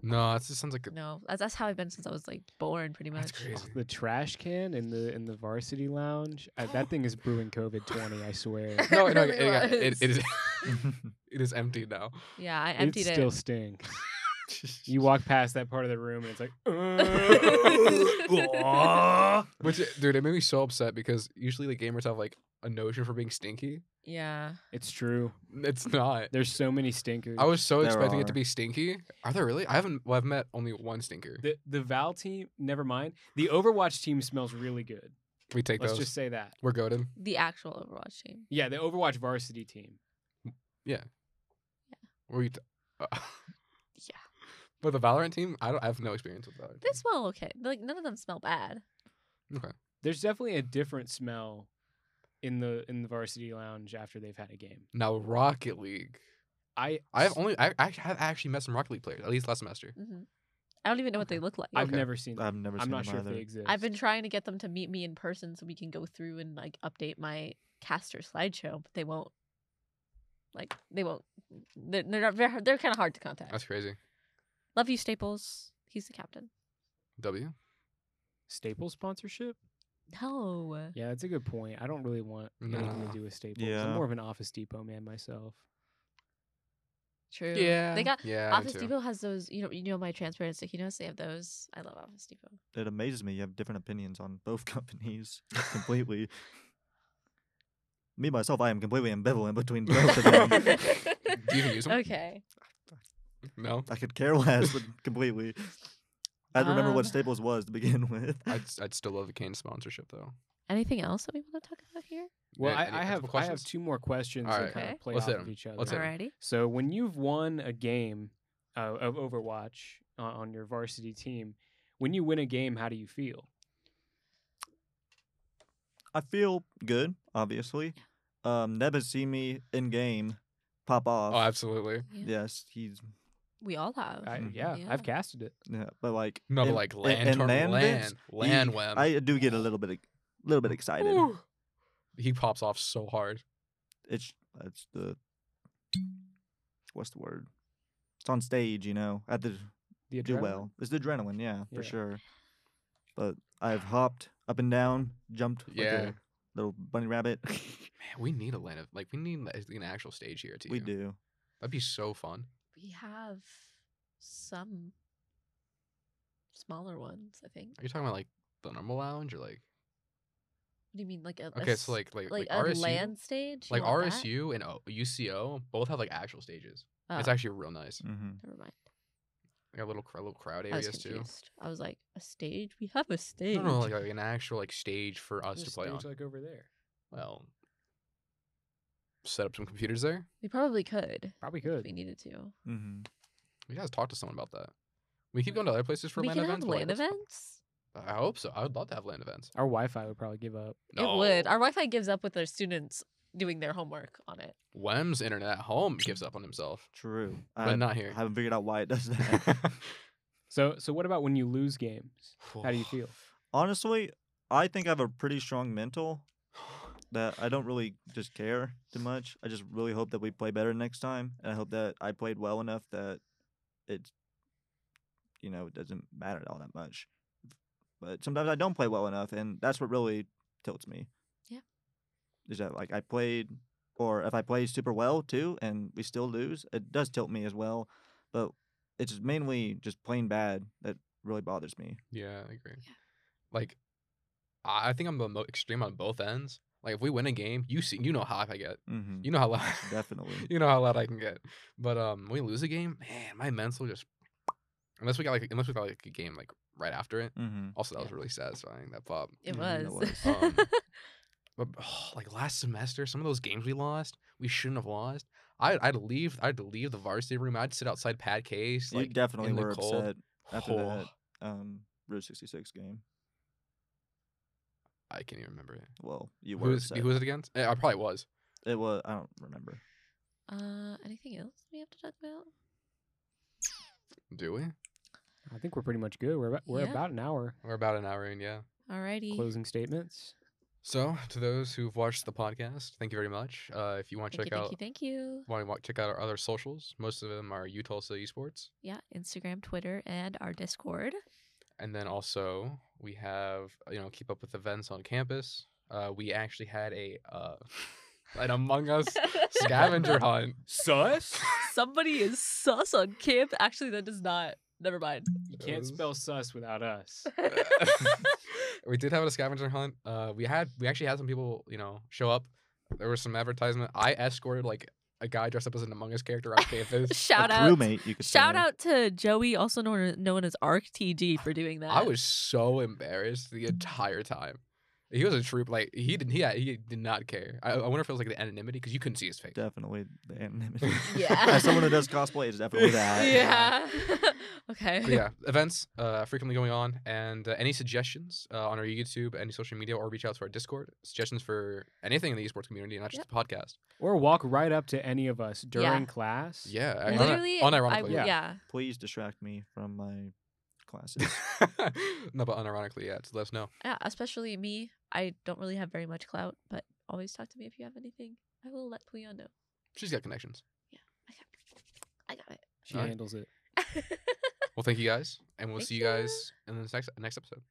A: No, that just sounds like a,
B: No, that's, that's how I've been since I was like born, pretty much.
A: that's crazy.
C: The trash can in the in the varsity lounge. Uh, that thing is brewing COVID twenty. I swear.
A: No, no,
B: really
A: it, got- it, it is
D: I
A: it is empty now.
B: Yeah, I
C: it
B: emptied
C: still
B: it.
C: stinks. You walk past that part of the room and it's like.
A: Which dude, it made me so upset because usually the gamers have like a notion for being stinky.
B: yeah.
C: It's true.
A: It's not.
C: There's so many stinkers.
A: I was so
D: There
A: expecting it to
D: are.
A: be stinky. Are there really? I haven't. Well, I've met only one stinker.
C: The the Val team. Never mind. The Overwatch team smells really good.
A: We take
C: Let's
A: those.
C: just say that.
A: We're goaded.
B: The actual Overwatch team.
C: Yeah, the Overwatch varsity team.
A: We. T- uh,
B: Yeah.
A: but the Valorant team, I don't. I have no experience with Valorant.
B: They smell okay. Like, none of them smell bad.
A: Okay.
C: There's definitely a different smell in the in the varsity lounge after they've had a game.
A: Now Rocket League.
C: I
A: I have only. I, I have actually met some Rocket League players at least last semester.
B: hmm I don't even know what they look like.
C: I've
A: okay.
C: never seen. them.
D: I've never
C: I'm
D: seen
C: not
D: him
C: sure if
D: either.
C: they exist.
B: I've been trying to get them to meet me in person so we can go through and like update my caster slideshow, but they won't. Like they won't. They're they're, not, they're, they're kind of hard to contact.
A: That's crazy.
B: Love you, Staples. He's the captain.
A: W.
C: staple sponsorship.
B: No.
C: Yeah, that's a good point. I don't really want anything
A: Nah.
C: to do with staples.
D: Yeah.
C: I'm more of an Office Depot man myself.
B: True.
A: Yeah.
B: They got
A: yeah, me
B: Office
A: too.
B: Depot has those. You know. You know my transparent taquitos. They have those. I love Office Depot.
D: It amazes me you have different opinions on both companies completely. me myself, I am completely ambivalent between both of them.
A: Do you even use them?
B: Okay.
A: No.
D: I could care less, but completely. I'd remember
B: Um,
D: what Staples was to begin with.
A: I'd, I'd still love a Kane sponsorship though.
B: Anything else that we want to talk about here?
C: Well,
A: Any- any-
C: I, I
A: a
C: have
A: couple
C: I have
A: questions?
C: two more questions
A: All
C: that
A: right.
C: kind
B: Okay.
C: of play
A: Let's
C: off
A: hit
C: of
A: 'em.
C: each other.
A: Let's hit 'em.
B: Alrighty.
C: So when you've won a game uh, of Overwatch uh, on your varsity team, when you win a game, how do you feel?
D: I feel good, obviously. Um, Neb has seen me in game pop off.
A: Oh, absolutely.
D: Yes, he's
B: We all have.
C: I,
D: Mhm.
C: yeah, I've
B: Yeah.
C: casted it.
D: yeah, but like
A: No, but
D: in-
A: like
D: in-
A: land,
D: in
A: tor- land,
D: bits,
A: land,
D: he-
A: wham.
D: I do get a little bit, a little bit excited.
A: Ooh. He pops off so hard.
D: It's that's the what's the word? It's on stage, you know. At the
C: The
D: do
C: adrenaline.
D: well. It's the adrenaline, yeah,
C: Yeah.
D: for sure. But I've hopped up and down, jumped like
A: Yeah.
D: a little bunny rabbit.
A: Man, we need a land of like we need like, an actual stage here too.
D: we do.
A: That'd be so fun.
B: we have some smaller ones, I think.
A: Are you talking about like the normal lounge or like
B: What do you mean, like a a
A: okay,
B: s-
A: so like like like,
B: a
A: RSU,
B: land stage? You
A: like
B: want that?
A: RSU and o- UCO both have like actual stages. It's
B: Oh,
A: actually real nice.
D: Mm-hmm.
B: never mind.
A: Like a little cr- little crowd
B: I was
A: areas too.
B: confused. I was like, a stage? We have a stage.
A: No, no, like, like an actual like stage for us
C: There's
A: to play on.
C: stage like over there.
A: well, set up some computers there.
B: we probably could
C: Probably
B: if we
C: could.
B: needed to.
D: Mm-hmm.
A: We gotta talk to someone about that. We keep going to other places for
B: we
A: land
B: can
A: events.
B: have
A: but, like,
B: land
A: let's-
B: events.
A: I hope so. I would love to have land events.
C: Our Wi-Fi would probably give up.
B: It would.
A: No.
B: Our Wi-Fi gives up with their students doing their homework on it.
A: Wem's internet at home gives up on himself.
D: True.
A: But
D: I
A: not here.
D: haven't figured out why it does that.
C: So, so what about when you lose games? How do you feel?
D: Honestly, I think I have a pretty strong mental that I don't really just care too much. I just really hope that we play better next time, and I hope that I played well enough that it's you know it doesn't matter all that much. But sometimes I don't play well enough, and that's what really tilts me.
B: Yeah.
D: is that like I played, or if I play super well too, and we still lose, it does tilt me as well. But it's mainly just playing bad that really bothers me.
A: Yeah, I agree.
B: Yeah.
A: Like, I I think I'm the most extreme on both ends. Like, if we win a game, you see, you know how hot I get.
D: Mm-hmm.
A: You know how loud.
D: Definitely.
A: you know how loud I can get. But um, we lose a game, man. My mental just Unless we got like unless we got like a game like right after it.
D: Mm-hmm.
A: Also, that
E: Yeah.
A: was really satisfying. That pop.
E: It
D: Mm, it
E: was.
D: was.
A: Um, But oh, like last semester, some of those games we lost, we shouldn't have lost. I I'd leave I'd leave the varsity room. I'd sit outside Pad Case.
D: You
A: like,
D: definitely
A: in the
D: were
A: cold.
D: upset after
A: Oh,
D: that um, Route 66 game.
A: I can't even remember it.
D: Well, you
A: Who
D: were
A: was,
D: upset.
A: who was it against? Eh, I probably was.
D: it was. I don't remember.
B: Uh, anything else we have to talk about?
A: Do we?
C: I think we're pretty much good. We're about, we're
B: Yeah.
C: about an hour.
A: We're about an hour in, yeah.
B: Alrighty.
C: Closing statements.
A: So to those who've watched the podcast, thank you very much. Uh, if you want to
B: Thank
A: check
B: you,
A: out
B: thank you, thank you.
A: want to check out our other socials, most of them are U Tulsa Esports,
B: Yeah, Instagram, Twitter, and our Discord.
A: and then also we have you know keep up with events on campus. Uh, we actually had a uh, an Among Us scavenger hunt.
C: Sus?
B: Somebody is sus on camp. Actually, that does not. Never mind.
C: You can't spell sus without us.
A: we did have a scavenger hunt. Uh, we had we actually had some people you know show up. There was some advertisement. I escorted like a guy dressed up as an Among Us character on campus.
B: Shout
D: a
B: out.
D: roommate. You could
B: Shout
D: say.
B: out to Joey, also known known as ArcTG, for doing that.
A: I was so embarrassed the entire time. He was a troop. Like he didn't. He he did not care. I, I wonder if it was like the anonymity because you couldn't see his face.
D: Definitely the anonymity.
E: Yeah.
D: As someone who does cosplay, it's definitely that.
B: Yeah. okay.
A: But yeah, events uh, frequently going on, and uh, any suggestions uh, on our YouTube, any social media, or reach out to our Discord. Suggestions for anything in the esports community, not just the podcast.
C: Or walk right up to any of us during class.
A: Yeah, I-
C: Unironically-
B: Literally,
A: Unironically.
B: I w-
C: Yeah.
B: yeah.
D: Please distract me from my classes.
A: no, but unironically, yeah. To let us know.
B: Yeah, especially me. I don't really have very much clout, but always talk to me if you have anything. I will let Puyo know.
A: She's got connections.
B: I got, I got
C: She
A: Alright.
C: handles it.
B: it.
A: Well, thank you guys, and we'll
B: Thank
A: see you
B: you.
A: guys in the next next episode.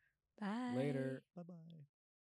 B: Bye.
C: Later.
D: bye bye.